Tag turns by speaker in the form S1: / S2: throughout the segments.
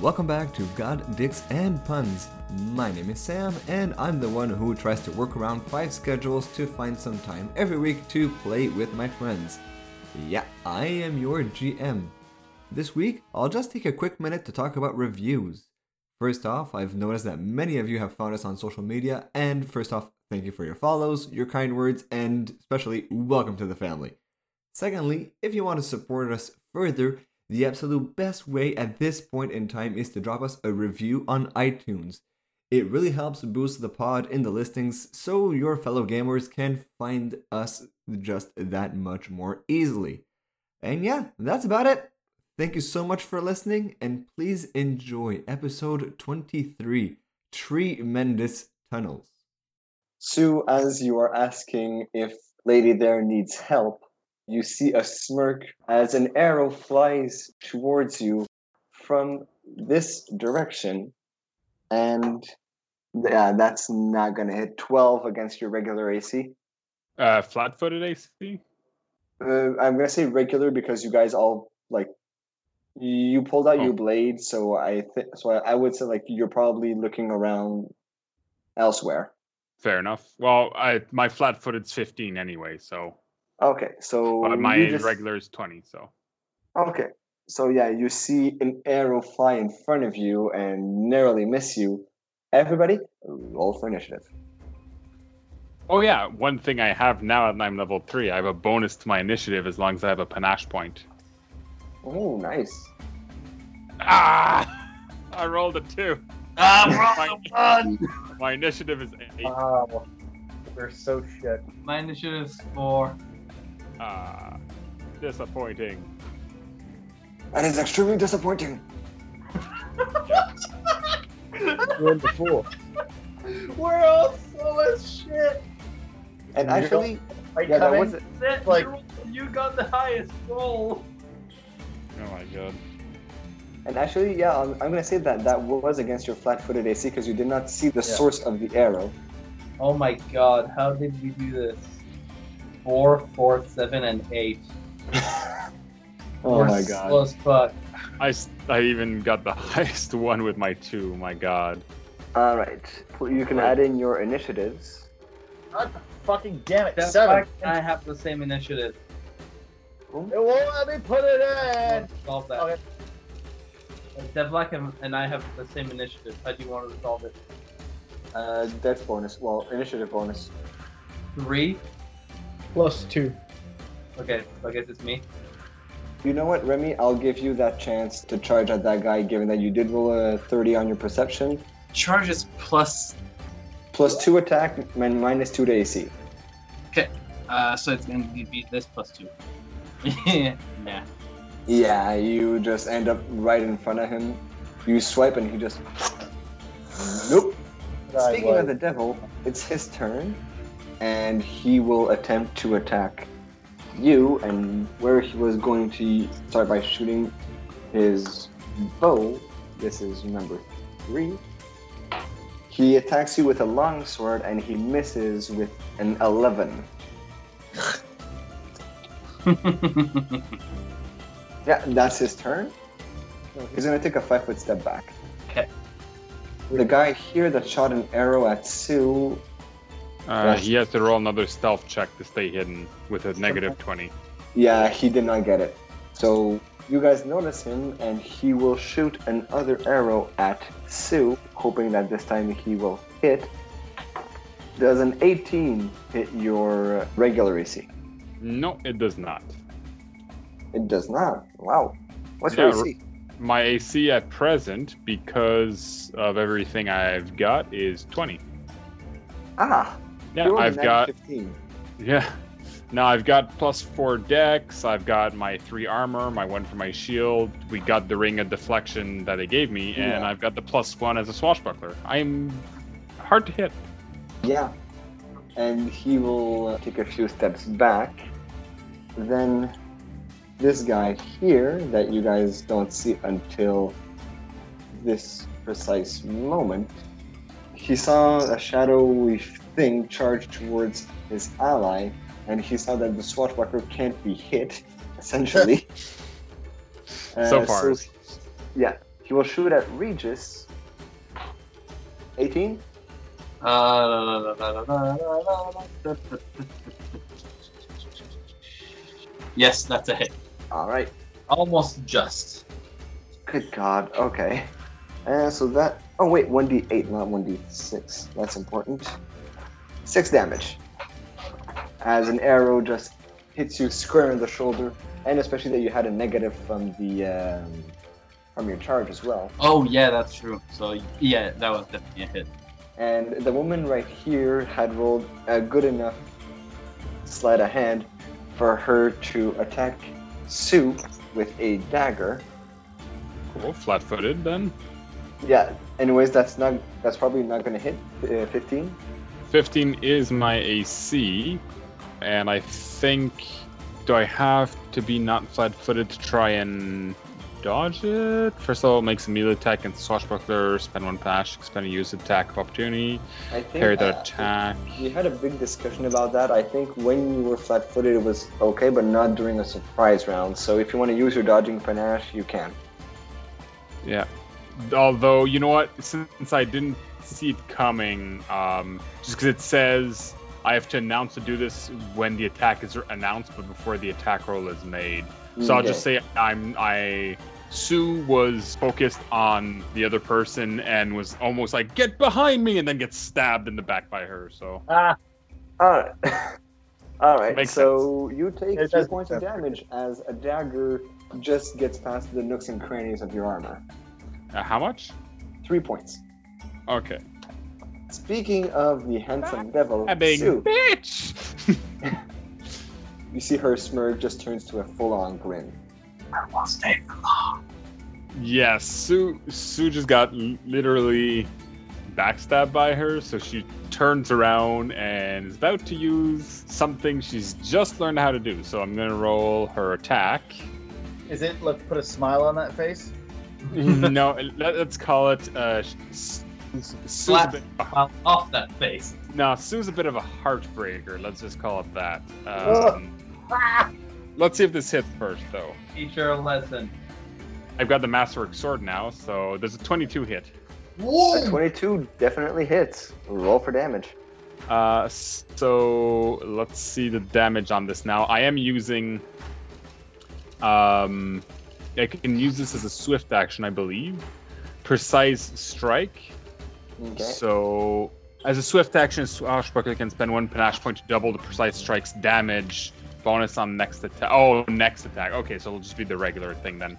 S1: welcome back to God, Dicks, and Puns. My name is Sam, and I'm the one who tries to work around five schedules to find some time every week to play with my friends. Yeah, I am your GM. This week, I'll just take a quick minute to talk about reviews. First off, I've noticed that many of you have found us on social media, and first off, thank you for your follows, your kind words, and especially welcome to the family. Secondly, if you want to support us further, the absolute best way at this point in time is to drop us a review on iTunes. It really helps boost the pod in the listings so your fellow gamers can find us just that much more easily. And yeah, that's about it. Thank you so much for listening and please enjoy episode 23 Tremendous Tunnels.
S2: Sue, as you are asking if Lady there needs help, you see a smirk as an arrow flies towards you from this direction. And yeah, that's not going to hit 12 against your regular AC.
S3: Uh, flat footed AC?
S2: Uh, I'm going to say regular because you guys all, like, you pulled out your
S3: Oh.
S2: blade, so I think so. I I would say like you're probably looking around elsewhere.
S3: Fair enough. Well, I my flat footed's 15 anyway, so
S2: Okay, so
S3: but my
S2: Oh, you just-
S3: regular is 20, so
S2: Okay. So yeah, you see an arrow fly in front of you and narrowly miss you. Everybody, roll for initiative.
S3: Oh yeah, one thing I have now that I'm level 3, I have a bonus to my initiative as long as I have a panache point.
S2: Oh, nice.
S3: Ah! I rolled a 2.
S4: Ah, we're on the run!
S3: My initiative is 8.
S2: Uh.
S5: Oh, we're so shit.
S4: My initiative's four.
S3: Ah, disappointing.
S2: That is extremely disappointing.
S5: Wonderful.
S4: We're all slow as shit.
S2: And
S5: Yeah.
S2: actually,
S5: I
S2: Yeah, that
S5: come
S2: was-
S5: in,
S4: That,
S5: Like-
S4: you, you got the highest roll.
S3: Oh my god.
S2: and actually, yeah, I'm, I'm gonna say that that was against your flat-footed AC because you did not see the
S5: Yeah.
S2: source of the arrow.
S4: Oh my god, how did we do this? Four, four, seven, and eight.
S2: Oh
S6: Oh
S4: We're
S2: my god.
S4: Slow as fuck.
S3: I, s- I even got the highest one with my 2. My god.
S2: All right, Well, you can add in your initiatives.
S5: God fucking damn it.
S4: That's
S5: Seven.
S4: why I have the same initiative.
S5: It won't let me put it in.
S4: Solve that.
S5: Okay.
S4: Devlak and, and I have the same initiative. How do you want to solve it?
S2: Uh, death bonus. Well, initiative bonus.
S4: Three?
S5: Plus two.
S4: Okay, so I guess it's me.
S2: You know what, Remy? I'll give you that chance to charge at that guy, given that you did roll a 30 on your perception.
S6: Charge is plus,
S2: Plus two attack and minus two to AC.
S6: uh, so it's going to be this plus two. nah.
S2: Yeah, you just end up right in front of him. You swipe and he just. Nope. Speaking of the devil, it's his turn, and he will attempt to attack you. And where he was going to start by shooting his bow, this is number three. He attacks you with a long sword, and he misses with an eleven. Yeah, that's his turn. He's gonna take a five foot step back.
S6: Okay.
S2: The guy here that shot an arrow at Sue.
S3: Uh, he has to roll another stealth check to stay hidden with a negative 20.
S2: Yeah, he did not get it. So you guys notice him, and he will shoot another arrow at Sue, hoping that this time he will hit. Does an 18 hit your regular E AC?
S3: No, it does not.
S2: It does not. Wow. What's
S3: Yeah,
S2: your E AC?
S3: My AC at present, because of everything I've got, is 20.
S2: Ah,
S3: Yeah,
S2: you rolled a
S3: I've
S2: nat
S3: got
S2: 15.
S3: yeah. Now I've got plus four dex. I've got my three armor, my one for my shield. We got the ring of deflection that they gave me, and
S2: Yeah.
S3: I've got the plus one as a swashbuckler. I'm hard to hit.
S2: Yeah. And he will uh, take a few steps back. Then this guy here that you guys don't see until this precise moment, he saw a shadowy thing charge towards his ally, and he saw that the swashbuckler can't be hit, essentially.
S3: So far.
S2: Uh, yeah, He will shoot at Regis. 18?
S6: Uh, yes, that's a hit.
S2: Alright.
S6: Almost just.
S2: Good God. Okay. Uh, so that. Oh wait, one d eight, not one d six. That's important. Six damage. As an arrow just hits you square in the shoulder, and especially that you had a negative from the um, from your charge as well.
S6: Oh yeah, that's true. So yeah, that was definitely a hit.
S2: And the woman right here had rolled a good enough sleight of hand for her to attack Sue with a dagger.
S3: Cool. Flat footed then.
S2: Yeah. Anyways, that's not. That's probably not gonna hit. Uh, Fifteen.
S3: 15 is my AC. And I think. Do I have to be not flat footed to try and dodge it? First of all, it makes a melee attack and swashbuckler, spend one pash, expend a use attack of opportunity,
S2: I think.
S3: parry the
S2: uh,
S3: attack.
S2: We had a big discussion about that. I think when you were flat footed, it was okay, but not during a surprise round. So if you want to use your dodging panache, you can.
S3: Yeah. Although, you know what? Since I didn't see it coming, um, just because it says I have to announce to do this when the attack is announced, but before the attack roll is made. So I'll just say I'm I. Sue was focused on the other person and was almost like get behind me, and then gets stabbed in the back by her. So
S5: Ah,
S2: Alright. Alright,
S3: Makes
S2: so you take
S5: It
S2: three
S5: does
S2: points
S5: make
S2: of damage as a dagger just gets past the nooks and crannies of your armor.
S3: uh, how much?
S2: Three points.
S3: Okay.
S2: Speaking of the handsome devil,
S3: A big
S2: Sue,
S3: bitch.
S2: you see her smirk just turns to a full on grin.
S3: Yeah, Sue Sue just got l- literally backstabbed by her, so she turns around and is about to use something she's just learned how to do. So I'm gonna roll her attack.
S5: is it? Let's put a smile on that face.
S3: no, let, us call it. Uh, S- S- Sue's a
S6: Slap.
S3: bit,
S6: Well, off that face.
S3: no, Sue's a bit of a heartbreaker. Let's just call it that. Um, let's see if this hits first, though.
S4: Teacher lesson.
S3: I've got the masterwork sword now, so there's a 22 hit.
S2: A 22 definitely hits. Roll for damage.
S3: Uh, so let's see the damage on this now. I am using. Um, I can use this as a swift action, I believe. Precise strike.
S2: Okay.
S3: So, as a swift action, Swashbuckler can spend one panache point to double the precise strike's damage bonus on next attack. Oh, next attack. Okay, so it'll just be the regular thing then.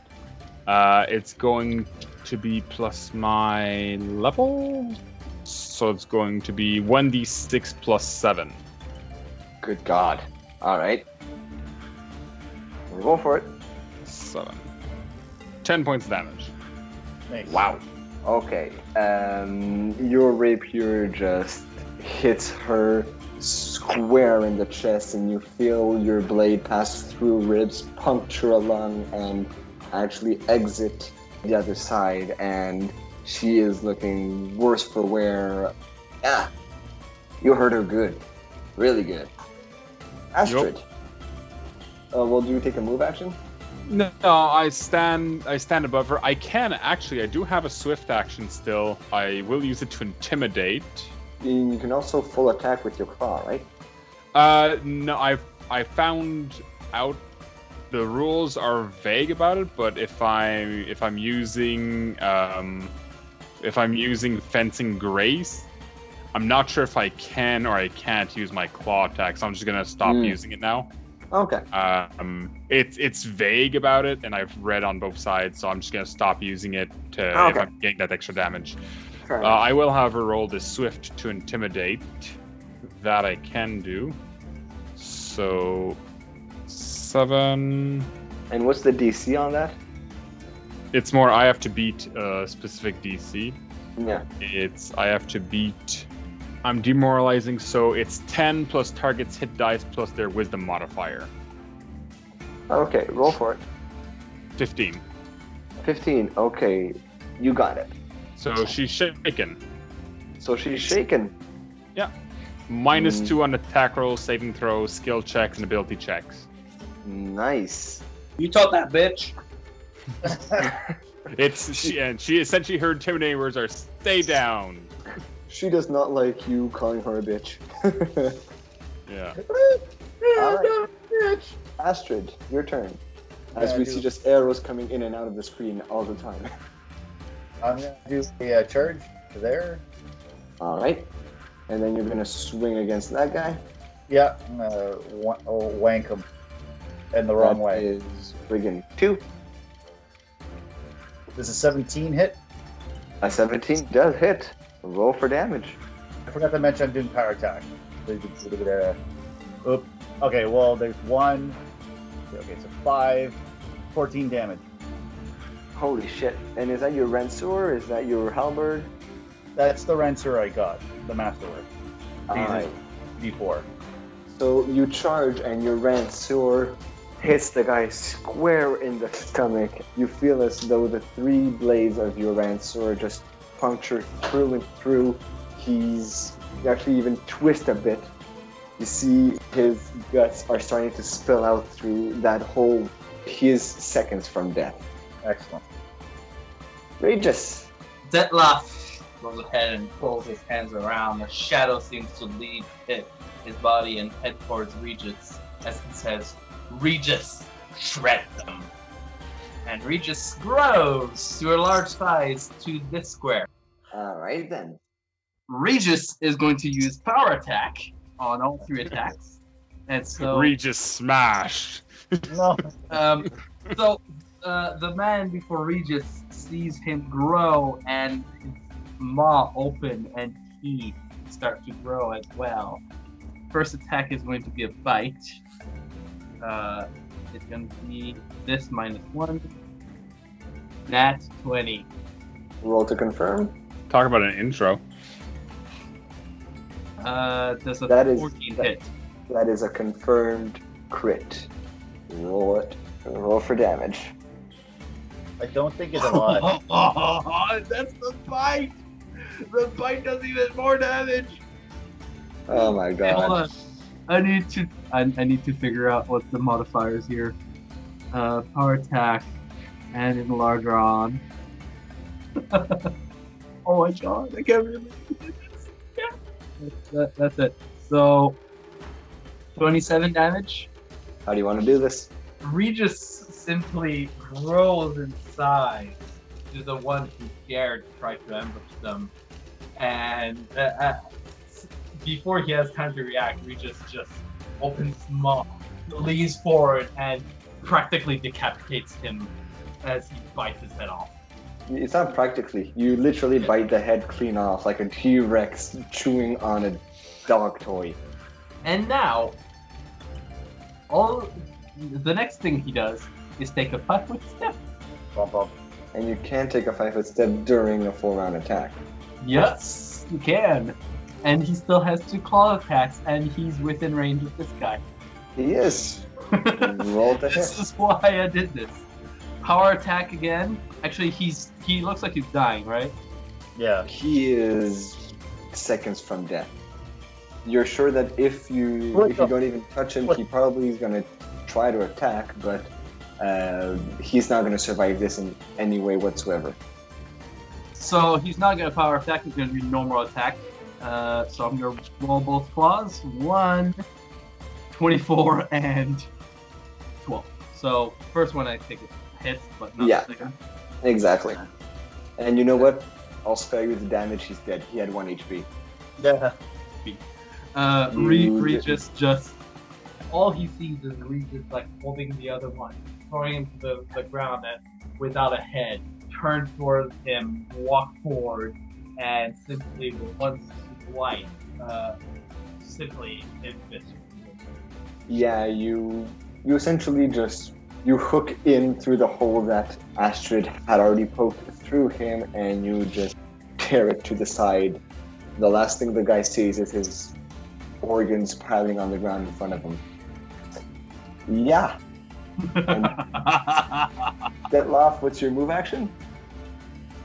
S3: Uh, it's going to be plus my level. So it's going to be 1d6 plus 7.
S2: Good God. Alright. Roll for it.
S3: 7. 10 points of damage.
S5: Nice.
S2: Wow. Okay. Um, your rapier just hits her square in the chest, and you feel your blade pass through ribs, puncture a lung, and actually exit the other side. And she is looking worse for wear. Yeah. You hurt her good. Really good. Astrid. Uh, well, do you take a move action?
S3: No, I stand. I stand above her. I can actually. I do have a swift action still. I will use it to intimidate.
S2: You can also full attack with your claw, right?
S3: Uh, no, I I found out the rules are vague about it, but if I if I'm using um, if I'm using fencing grace, I'm not sure if I can or I can't use my claw attack, so I'm just gonna stop
S2: Hmm.
S3: using it now.
S2: Okay.
S3: Um, it's it's vague about it, and I've read on both sides, so I'm just gonna stop using it to if
S2: Okay.
S3: I'm getting that extra damage.
S2: Fair
S3: Uh,
S5: Ah.
S2: enough.
S3: I will, however, roll the swift to intimidate. That I can do. So seven.
S2: And what's the DC on that?
S3: It's more. I have to beat a specific DC.
S2: Yeah.
S3: It's I have to beat. I'm demoralizing, so it's ten plus target's hit dice plus their wisdom modifier.
S2: Okay, roll for it.
S3: Fifteen.
S2: 15. Okay, you got it.
S3: So she's shaken.
S2: So she's shaken.
S3: Minus
S2: Mm.
S3: two on attack rolls, saving throws, skill checks, and ability checks.
S2: Nice.
S6: You taught that bitch.
S3: It's she and she essentially her intimidating words are stay down.
S2: She does not like you calling her a bitch.
S3: Yeah.
S2: Alright. Astrid, your turn. As
S5: Yeah, I
S2: we
S5: do.
S2: see just arrows coming in and out of the screen all the time.
S5: I'm gonna do the uh, charge to there.
S2: All right. And then you're gonna swing against that guy.
S5: Yeah, I'm gonna wa- oh, wank him in the wrong
S2: That
S5: way.
S2: Is friggin' two.
S5: This is 17 hit.
S2: A 17 does hit. Roll for damage.
S5: I forgot to mention I'm doing power attack. Oop. Okay, well, there's one. Okay, so five. 14 damage.
S2: Holy shit. And is that your Rensour? Is that your Halberd?
S5: That's the Renser I got, the Masterwork.
S2: Alright.
S5: D4.
S2: So you charge and your Ransour hits the guy square in the stomach. You feel as though the three blades of your Ransour just puncture through and through. He's actually even twist a bit. You see his guts are starting to spill out through that hole. He is seconds from death.
S5: Excellent.
S2: Regis.
S4: Zetloff goes ahead and pulls his hands around. The shadow seems to leave hit his body and head towards Regis as it says, Regis, shred them. And Regis grows to a large size to this square.
S2: Alright then.
S4: Regis is going to use power attack on all three attacks. And so
S3: Regis smash.
S5: No.
S4: Um, so uh, the man before Regis sees him grow and his maw open and teeth start to grow as well. First attack is going to be a bite. Uh, it's going to be this minus one. Nat 20.
S2: Roll to confirm.
S3: Talk about an intro.
S4: Uh, does a
S2: That is-
S4: 14
S2: that-
S4: hit.
S2: That is a confirmed crit. Roll it. Roll for damage.
S5: I don't think it's a lot.
S4: Oh, that's the bite! The bite does even more damage!
S2: Oh my
S4: Hey,
S2: god.
S4: hold on. I need to. I, I need to figure out what the modifiers here. Uh, power attack and enlarge are on. oh my god! I can't remember. Yeah. That's, that, that's it. So, twenty-seven damage.
S2: How do you want to do this?
S4: Regis simply grows in size to the one who dared try to ambush them. And uh, uh, s- before he has time to react, Regis just opens maw, leans forward, and practically decapitates him as he bites his head off.
S2: It's not practically. You literally bite the head clean off like a T Rex chewing on a dog toy.
S4: And now, all the next thing he does is take a five foot step.
S5: Bump up.
S2: And you can take a five foot step during a full round attack.
S4: Yes, you can. And he still has two claw attacks, and he's within range of this guy.
S2: He is. Roll to hit.
S4: this is why I did this. Power attack again. Actually, he's he looks like he's dying, right?
S5: Yeah.
S2: He is seconds from death. You're sure that if you
S5: What
S2: if you
S5: the-
S2: don't even touch him,
S5: what-
S2: he probably is gonna try to attack, but uh, he's not gonna survive this in any way whatsoever.
S4: So he's not gonna power attack. He's gonna do normal attack. Uh, so I'm gonna roll both claws. One, 24 and twelve. So first one I think it hits, but not
S2: Yeah.
S4: the second.
S2: Exactly. And you know what? I'll spare you the damage. He's dead. He had one HP.
S5: Yeah.
S4: Uh, Re-
S2: Mm,
S4: Regis just. All he sees is Regis like holding the other one, throwing him to the, the ground and without a head, turn towards him, walk forward, and simply with one swipe, uh, simply invis-
S2: Yeah, you you essentially just you hook in through the hole that Astrid had already poked through him, and you just tear it to the side. The last thing the guy sees is his organs piling on the ground in front of him. Yeah, Detloff, what's your move action?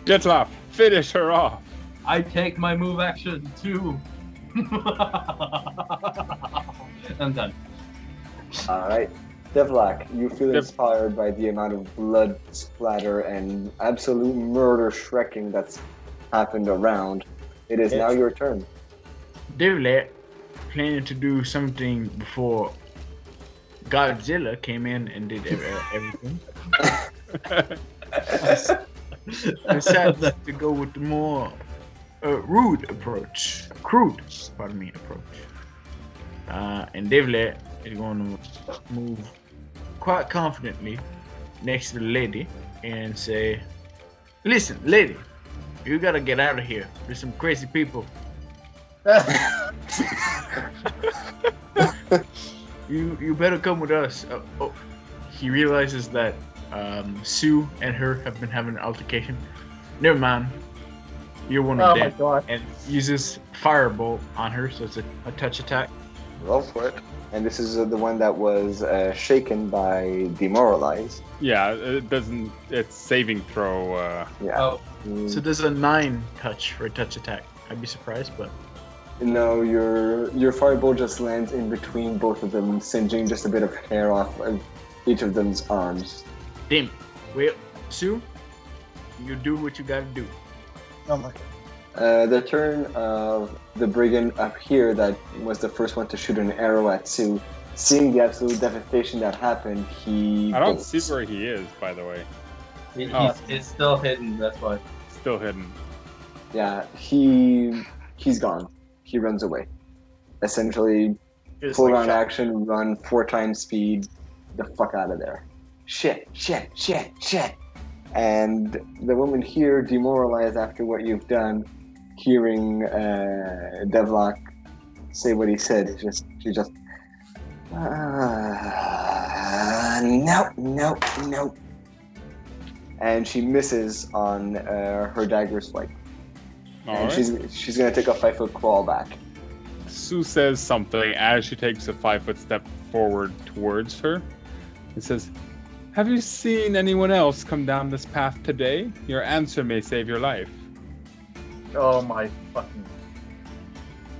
S3: Get off. Finish her off.
S4: I take my move action too. I'm done.
S2: All right, Devlak, you feel
S3: Dev-
S2: inspired by the amount of blood splatter and absolute murder shrekking that's happened around. It is now your turn.
S7: Divlet planning to do something before Godzilla came in and did ev- uh, everything. Decided to go with the more uh, rude approach, crude, pardon me, approach. Uh, and Divlet is going to move quite confidently next to the lady and say, "Listen, lady, you gotta get out of here. There's some crazy people." You you better come with us. Uh, oh, he realizes that um, Sue and her have been having an altercation. Never mind. You're one
S5: Oh
S7: of
S5: my
S7: them.
S5: god.
S7: And uses firebolt on her, so it's a, a touch attack.
S2: Roll for it. And this is uh, the one that was uh, shaken by demoralized.
S3: Yeah, it doesn't. It's saving throw. Uh,
S2: Yeah.
S4: Oh,
S2: Mm.
S7: So there's a nine touch for a touch attack. I'd be surprised, but
S2: No, your your fireball just lands in between both of them, singeing just a bit of hair off of each of them's arms.
S7: damn. it. Well, Sue, you do what you gotta do.
S5: Oh my god.
S2: Uh, the turn of the brigand up here that was the first one to shoot an arrow at Sue. Seeing the absolute devastation that happened, he.
S3: I don't
S2: bolts.
S3: see where he is, by the way.
S4: it-
S3: Oh.
S4: he's- it's still hidden. That's why.
S3: Still hidden.
S2: Yeah, he he's gone. He runs away. Essentially,
S7: Just
S2: full
S7: like
S2: round
S7: shot.
S2: action, run four times speed, the fuck out of there. Shit, shit, shit, shit. And the woman here, demoralized after what you've done, hearing uh, Devlock say what he said, it's just she just. Uh, no, no, no. And she misses on uh, her dagger swipe.
S3: All
S2: and
S3: right.
S2: she's she's gonna take a five foot crawl back.
S3: Sue says something as she takes a five foot step forward towards her. It says, Have you seen anyone else come down this path today? Your answer may save your life.
S5: Oh my fucking.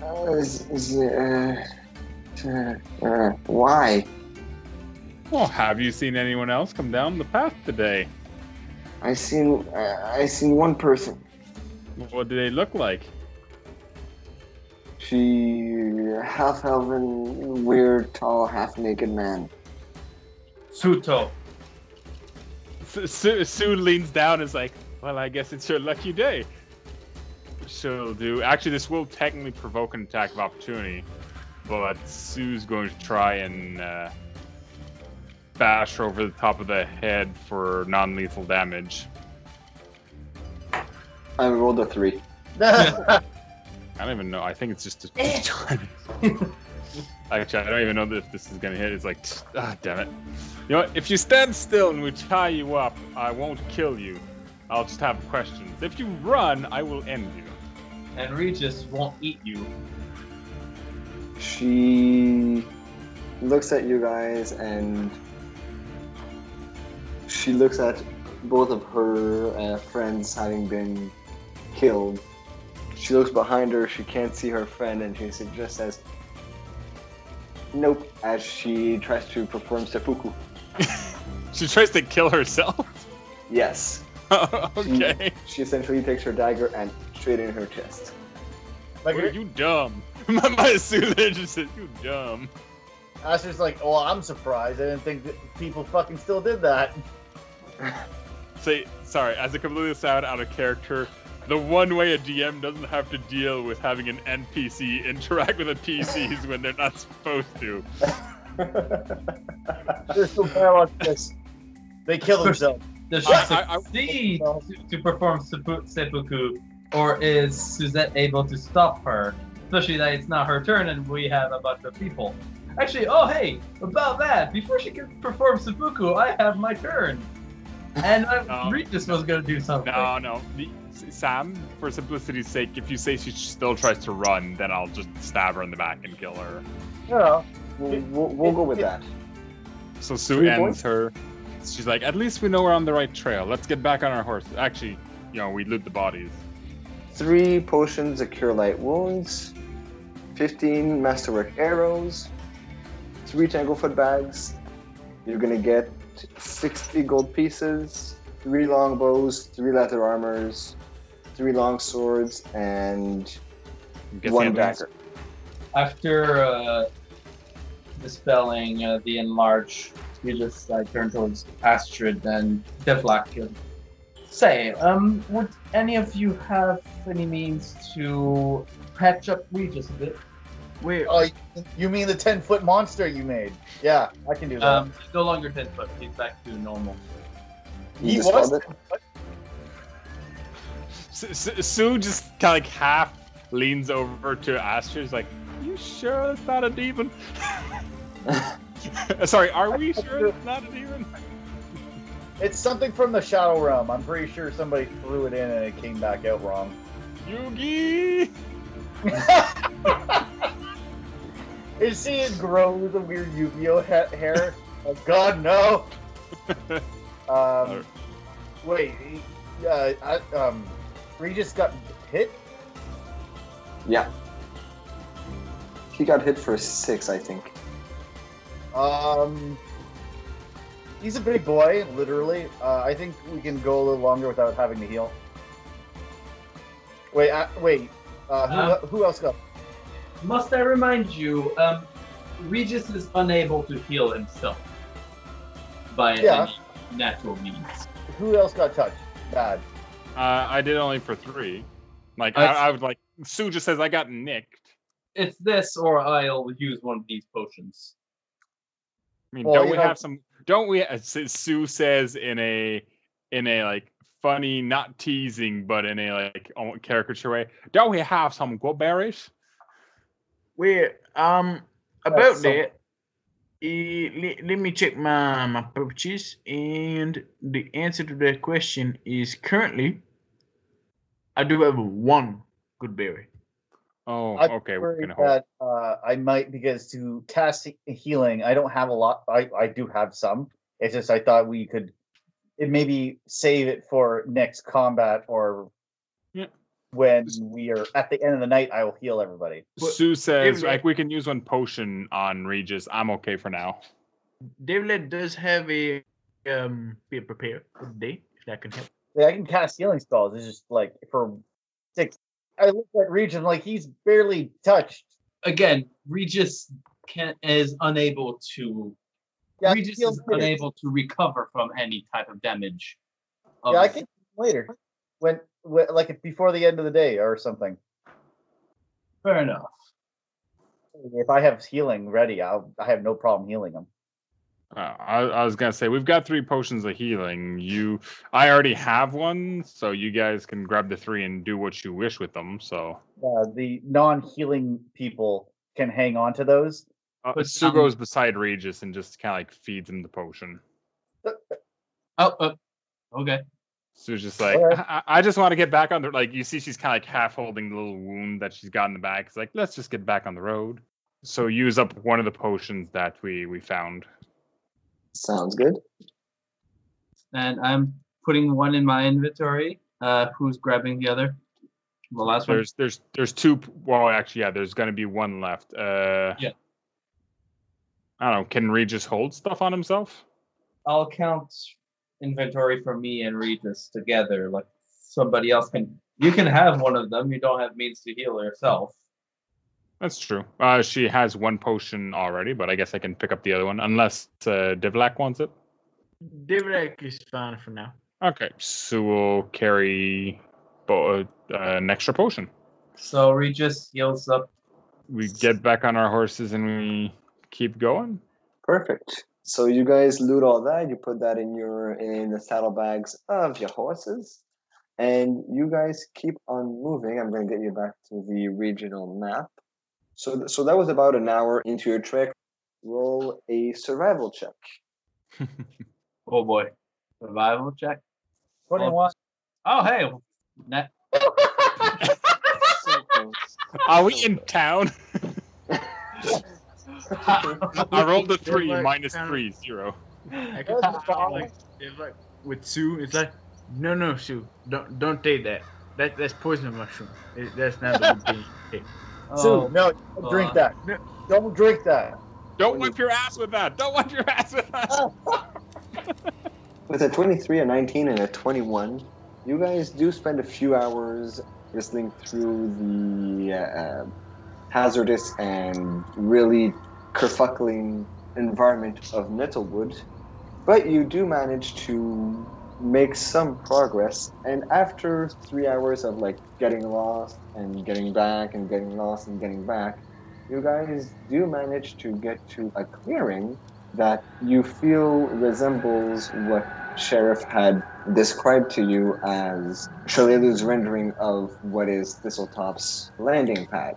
S2: Uh, is, is, uh, uh, uh, why?
S3: Well, have you seen anyone else come down the path today?
S2: I seen uh, I seen one person.
S3: What do they look like?
S2: She half elven, weird, tall, half naked man.
S4: Suto.
S3: Su- Su- Sue leans down and is like, Well, I guess it's your lucky day. She'll do. Actually, this will technically provoke an attack of opportunity, but Sue's going to try and uh, bash her over the top of the head for non lethal damage.
S2: I rolled a three.
S3: I don't even know. I think it's just a. Actually, I don't even know if this is going to hit. It's like, ah, damn it. You know what? If you stand still and we tie you up, I won't kill you. I'll just have questions. If you run, I will end you.
S4: And Regis won't eat you.
S2: She looks at you guys and she looks at both of her uh, friends having been killed. She looks behind her, she can't see her friend, and she sa- just says, Nope, as she tries to perform seppuku.
S3: She tries to kill herself?
S2: Yes.
S3: okay.
S2: She essentially takes her dagger and straight in her chest.
S5: Like,
S3: Well, you dumb. my my Sula just said, you dumb.
S5: Asher's like, oh, I'm surprised. I didn't think that people fucking still did that.
S3: Say, sorry, as a completely sound out of character, the one way a DM doesn't have to deal with having an NPC interact with a PC is when they're not supposed to.
S5: There's some parallel to this. They kill themselves.
S4: Does she
S3: I- I- I-
S4: succeed to, to perform seppu- seppuku, or is Suzette able to stop her? Especially that it's not her turn and we have a bunch of people. Actually, oh hey, about that, before she can perform seppuku, I have my turn. And I
S3: No.
S4: Regis was gonna do something.
S3: No, no. The, S- Sam, for simplicity's sake, if you say she still tries to run, then I'll just stab her in the back and kill her.
S5: You know,
S2: We'll, we'll, we'll go with that.
S3: So Sue
S5: Three
S3: ends
S5: points?
S3: her. She's like, at least we know we're on the right trail. Let's get back on our horse. Actually, you know, we loot the bodies.
S2: Three potions of cure light wounds, 15 masterwork arrows, three tanglefoot bags, You're gonna get 60 gold pieces, three long bows, three leather armors, three long swords, and
S3: Get the
S2: one
S3: evidence.
S2: dagger.
S4: After uh, dispelling uh, the enlarge, you just like turn towards Astrid and Devlak. Say, um, would any of you have any means to patch up Regis a bit?
S7: Wait,
S5: Oh, you mean the ten foot monster you made? Yeah, I can do that.
S4: Um, he's no longer ten foot. He's back to normal.
S2: You
S5: He
S2: dispelled
S5: was-
S2: it?
S3: Su- Su- Sue just kind of like half leans over to Astrid's like, "You sure it's not a demon?" Sorry, are we sure it's not a demon?
S5: it's something from the Shadow Realm. I'm pretty sure somebody threw it in and it came back out wrong.
S3: Yugi.
S5: Is see it grow with a weird Yu-Gi-Oh ha- hair? oh God, no. Um, wait, he- uh, I, um, Regis got hit.
S2: Yeah. He got hit for six, I think.
S5: Um, he's a big boy, literally. Uh, I think we can go a little longer without having to heal. Wait, uh, wait. Uh, who,
S4: Uh.
S5: who else got?
S4: Must I remind you, um, Regis is unable to heal himself by
S5: Yeah.
S4: any natural means.
S5: Who else got touched? Bad.
S3: Uh, I did only for three. Like I,
S4: That's-
S3: I would like Sue just says I got nicked.
S4: It's this, or I'll use one of these potions.
S3: I mean,
S5: Well,
S3: don't
S5: you
S3: we
S5: know-
S3: have some? Don't we? uh, Su- Sue says in a in a like funny, not teasing, but in a like almost caricature way. Don't we have some good berries?
S7: wait. Um,
S5: That's
S7: about
S5: some-
S7: that. eh, le- let me check my my purchase, and the answer to that question is currently. I do have one good berry.
S3: Oh,
S5: I'm
S3: okay. We're
S5: Worried
S3: gonna hold.
S5: that uh, I might because to cast he- healing, I don't have a lot. I, I do have some. It's just I thought we could, it maybe save it for next combat or
S3: Yeah.
S5: when we are at the end of the night. I will heal everybody.
S7: But
S3: Sue says
S7: me-
S3: like we can use one potion on Regis. I'm okay for now.
S7: Devlet does have a um be prepared for the day if that can help.
S5: Like, I can cast healing spells. It's just like for six. I look at Region like he's barely touched.
S4: Again, Regis can is unable to.
S5: Yeah, I can
S4: Regis
S5: heal
S4: is
S5: later.
S4: unable to recover from any type of damage. of
S5: Yeah, I
S4: this.
S5: can later when, when like before the end of the day or something.
S4: Fair enough.
S5: If I have healing ready, I'll I have no problem healing him.
S3: Uh, I, I was gonna say we've got three potions of healing. You, I already have one, so you guys can grab the three and do what you wish with them. So
S5: Uh, the non-healing people can hang on to those.
S3: uh,
S4: But,
S3: Sue
S4: um,
S3: goes beside Regis and just kind of like feeds him the potion.
S4: Oh, uh, okay.
S3: Sue's just like,
S5: Alright.
S3: I, I I just want to get back on the like. You see, she's kind of like half holding the little wound that she's got in the back. It's like, let's just get back on the road. So use up one of the potions that we we found.
S2: Sounds good.
S4: And I'm putting one in my inventory. Uh, who's grabbing the other? The last one.
S3: There's there's there's two. p- Well, actually, yeah, there's gonna be one left. Uh,
S4: Yeah.
S3: I don't know. Can Regis hold stuff on himself?
S4: I'll count inventory for me and Regis together. Like somebody else can. You can have one of them. You don't have means to heal yourself.
S3: That's true. Uh, she has one potion already, but I guess I can pick up the other one unless uh, Devlak wants it.
S7: Devlet is fine for now.
S3: Okay, so we'll carry bo- uh, an extra potion.
S4: So Regis heals up.
S3: We get back on our horses and we keep going.
S2: Perfect. So you guys loot all that. You put that in your in the saddlebags of your horses, and you guys keep on moving. I'm going to get you back to the regional map. So th- so that was about an hour into your trek. Roll a survival check.
S4: Oh boy, survival check.
S5: Twenty-one.
S4: Oh hey, net.
S2: So close.
S3: Are we in town? I rolled a three,
S7: Devlak
S3: minus
S7: sound-
S3: three, zero.
S7: I can
S5: That's
S7: tell,
S5: fine.
S7: like, it's like with Sue, it's like, no, no, Sue, don't, don't take that. That that's poison mushroom. It, that's not a good thing. to take."
S5: Sue,
S4: Oh,
S5: no, don't
S4: fuck.
S5: drink that.
S7: No.
S5: Don't drink that.
S3: Don't wipe your ass with that. Don't wipe your ass with that.
S2: With a 23, a 19, and a 21, you guys do spend a few hours listening through the uh, hazardous and really kerfuckling environment of Nettlewood, but you do manage to make some progress. And after three hours of like getting lost and getting back and getting lost and getting back, you guys do manage to get to a clearing that you feel resembles what Sheriff had described to you as Shalelu's rendering of what is Thistletop's landing pad.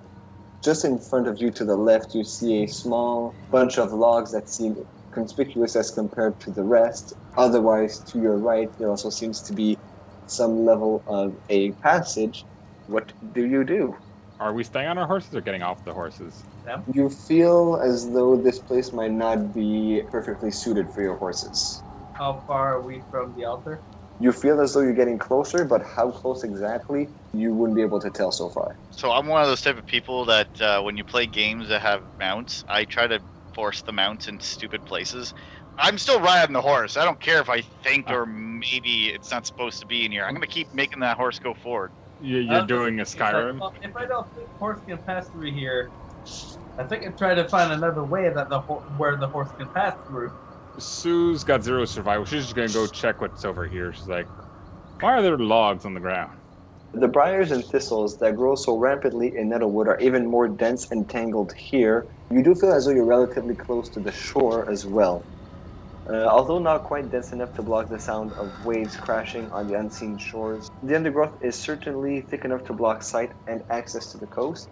S2: Just in front of you to the left, you see a small bunch of logs that seem conspicuous as compared to the rest. Otherwise, to your right, there also seems to be some level of a passage. What do you do?
S3: Are we staying on our horses or getting off the horses?
S2: You feel as though this place might not be perfectly suited for your horses.
S4: How far are we from the altar?
S2: You feel as though you're getting closer, but how close exactly, you wouldn't be able to tell so far.
S8: So I'm one of those type of people that uh, when you play games that have mounts, I try to force the mounts in stupid places. I'm still riding the horse. I don't care if I think or maybe it's not supposed to be in here. I'm gonna keep making that horse go forward.
S3: You-
S4: I
S3: You're
S4: was
S3: doing a
S4: It's like,
S3: Skyrim.
S4: well, if I don't think horse can pass through here, I think I try to find another way that the ho- where the horse can pass through.
S3: Sue's got zero survival. She's just gonna go check what's over here. She's like, why are there logs on the ground?
S2: The briars and thistles that grow so rampantly in Nettlewood are even more dense and tangled here. You do feel as though you're relatively close to the shore as well. Uh, although not quite dense enough to block the sound of waves crashing on the unseen shores, the undergrowth is certainly thick enough to block sight and access to the coast.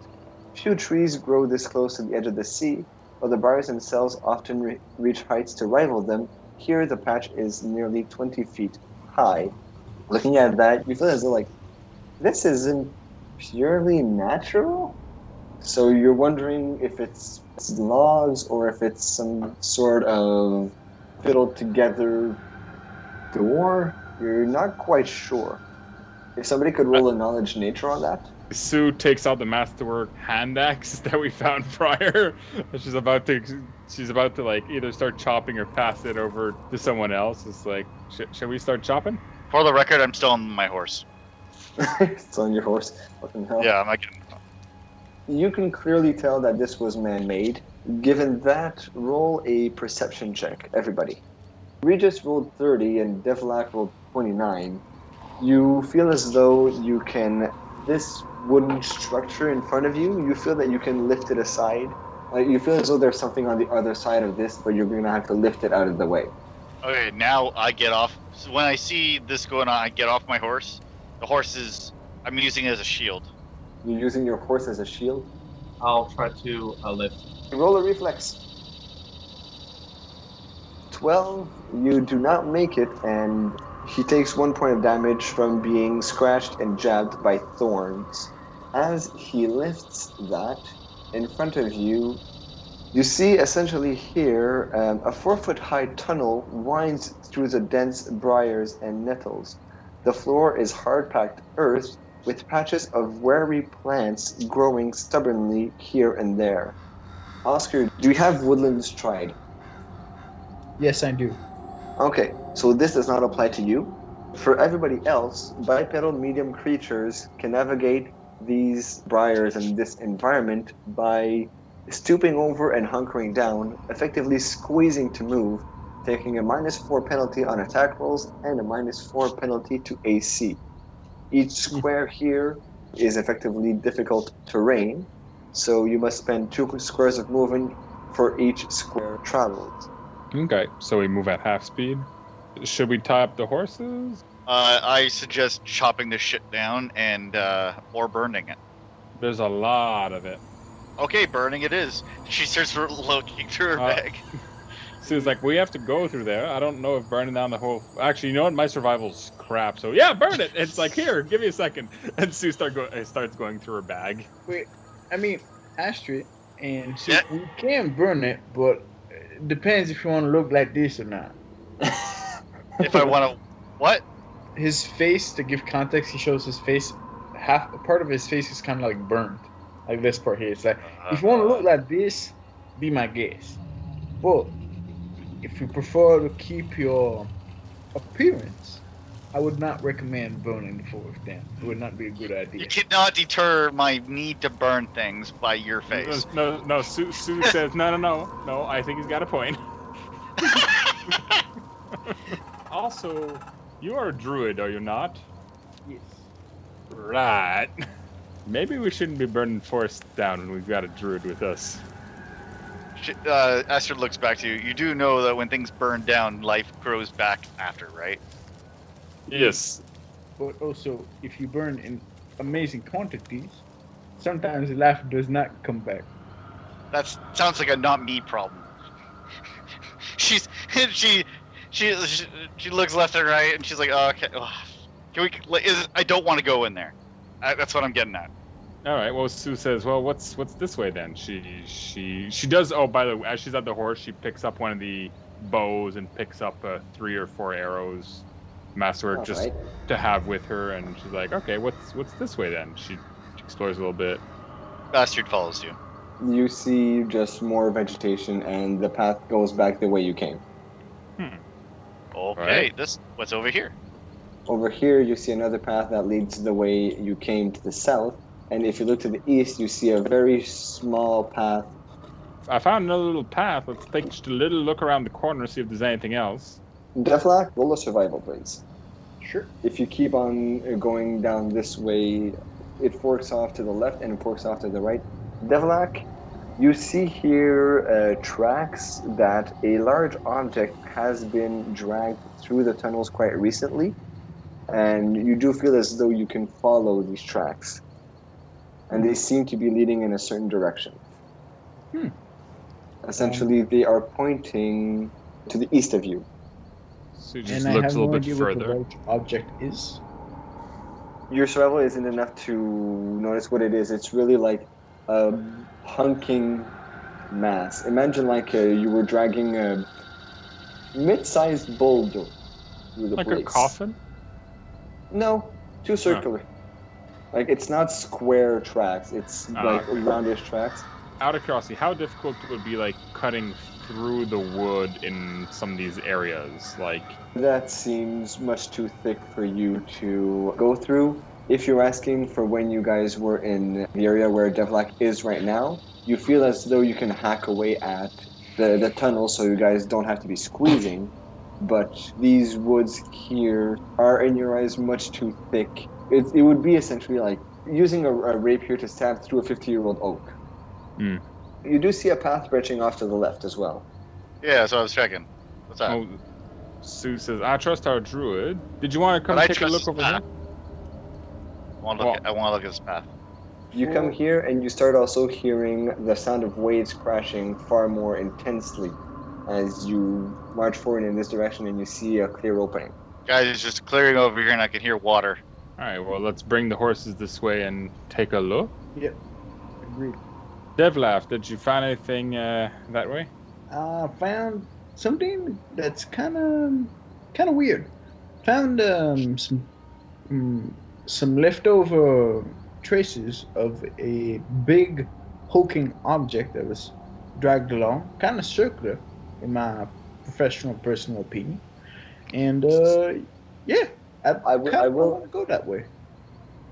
S2: Few trees grow this close to the edge of the sea, while the briars themselves often re- reach heights to rival them. Here, the patch is nearly 20 feet high. Looking at that, you feel as though, like, this isn't purely natural. So you're wondering if it's logs or if it's some sort of fiddled together door. You're not quite sure. If somebody could roll a knowledge nature on that,
S3: Sue takes out the masterwork hand axe that we found prior. And she's about to, she's about to like either start chopping or pass it over to someone else. It's like, sh- should we start chopping?
S8: For the record, I'm still on my horse.
S2: it's on your horse. Fucking hell.
S8: Yeah, I'm not getting.
S2: You can clearly tell that this was man made. Given that, roll a perception check, everybody. Regis rolled 30 and Devlak rolled 29. You feel as though you can. This wooden structure in front of you, you feel that you can lift it aside. Like you feel as though there's something on the other side of this, but you're gonna have to lift it out of the way.
S8: Okay, now I get off. So when I see this going on, I get off my horse. The horse is. I'm using it as a shield.
S2: You're using your horse as a shield.
S4: I'll try to uh, lift.
S2: Roll a reflex. 12. You do not make it, and he takes one point of damage from being scratched and jabbed by thorns. As he lifts that in front of you, you see essentially here um, a four foot high tunnel winds through the dense briars and nettles. The floor is hard packed earth with patches of wary plants growing stubbornly here and there. Oscar, do you have Woodlands Tried?
S7: Yes, I do.
S2: Okay, so this does not apply to you. For everybody else, bipedal medium creatures can navigate these briars and this environment by stooping over and hunkering down, effectively squeezing to move, taking a minus four penalty on attack rolls and a minus four penalty to AC. Each square here is effectively difficult terrain, so you must spend two squares of movement for each square traveled.
S3: Okay, so we move at half speed. Should we tie up the horses?
S8: Uh, I suggest chopping this shit down and uh, or burning it.
S3: There's a lot of it.
S8: Okay, burning it is. She starts looking through her
S3: Uh,
S8: bag.
S3: Sue's like, we have to go through there. I don't know if burning down the whole. Actually, you know what? My survival's crap. So yeah, burn it. It's like here, give me a second. And Sue start go- uh, starts going through her bag.
S7: I mean, Astrid and she,
S8: Yeah.
S7: we can burn it, but it depends if you want to look like this or not.
S8: If I want to, what?
S7: His face, to give context, he shows his face. Half part of his face is kind of like burnt, like this part here. It's like if you want to look like this, be my guest. But if you prefer to keep your appearance, I would not recommend burning the forest down. It would not be a good
S8: You
S7: idea.
S8: cannot deter my need to burn things by your face.
S3: No, no, no, Sue, Sue says, no, no, no, no, I think he's got a point. also, you are a druid, are you not?
S5: Yes.
S3: Right. Maybe we shouldn't be burning forests down when we've got a druid with us.
S8: Sh- Uh, Astrid looks back to you. You do know that when things burn down, life grows back after, right?
S3: Yes.
S7: But also, if you burn in amazing quantities, sometimes life does not come back.
S8: That sounds like a not me problem. she's she, she she she looks left and right, and she's like, oh, okay, ugh. can we? like, Is I don't want to go in there. I, that's what I'm getting at.
S3: All right. Well, Sue says, "Well, what's what's this way then?" She she she does. Oh, by the way, as she's at the horse, she picks up one of the bows and picks up uh, three or four arrows, masterwork, just
S2: Alright.
S3: to have with her. And she's like, "Okay, what's what's this way then?" She explores a little bit.
S8: Bastard follows you.
S2: You see just more vegetation, and the path goes back the way you came.
S8: Okay,
S3: Alright.
S8: this what's over here?
S2: Over here, you see another path that leads the way you came to the south. And if you look to the east, you see a very small path.
S3: I found another little path. Let's take just a little look around the corner, see if there's anything else.
S2: Deflack, roll a survival, please.
S7: Sure.
S2: If you keep on uh, going down this way, it forks off to the left and it forks off to the right. Devlak, you see here uh, tracks that a large object has been dragged through the tunnels quite recently, and you do feel as though you can follow these tracks, and they seem to be leading in a certain direction.
S3: Hmm.
S2: Essentially, they are pointing to the east of you.
S3: Sue just looks a little bit further.
S7: what the right object is.
S2: your survival isn't enough to notice what it is. It's really like a hunking mass. Imagine like uh you were dragging a mid-sized boulder through the
S3: Like
S2: place.
S3: a coffin.
S2: No, too circular. Like it's not square tracks. It's
S3: Oh. Ah,
S2: like
S3: okay.
S2: roundish tracks.
S3: Out of curiosity, how difficult it would be like cutting through the wood in some of these areas, like.
S2: That seems much too thick for you to go through. If you're asking for when you guys were in the area where Devlak is right now, you feel as though you can hack away at the, the tunnel so you guys don't have to be squeezing. But these woods here are, in your eyes, much too thick. It, it would be essentially like using a, a rapier to stab through a 50 year old oak.
S3: Hmm.
S2: You do see a path branching off to the left as well.
S8: Yeah, so I was checking. What's that?
S3: Oh, Sue says, I trust our druid. Did you want to come
S8: But I
S3: take a
S8: trust
S3: look over
S8: that.
S3: here?
S8: I want to
S3: well-
S8: look. At, I want to look at this path.
S2: You come here and you start also hearing the sound of waves crashing far more intensely as you march forward in this direction and you see a clear opening.
S8: Guys, it's just clearing over here, and I can hear water.
S3: All right, well, let's bring the horses this way and take a look.
S7: Agreed.
S3: Devlaf, did you find anything uh, that way?
S7: I Uh, found something that's kind of kind of weird. Found um, some mm, some leftover traces of a big hulking object that was dragged along, kind of circular, in my professional personal opinion. And uh, yeah, I,
S2: I will-
S7: kinda
S2: I will-
S7: want to go that way.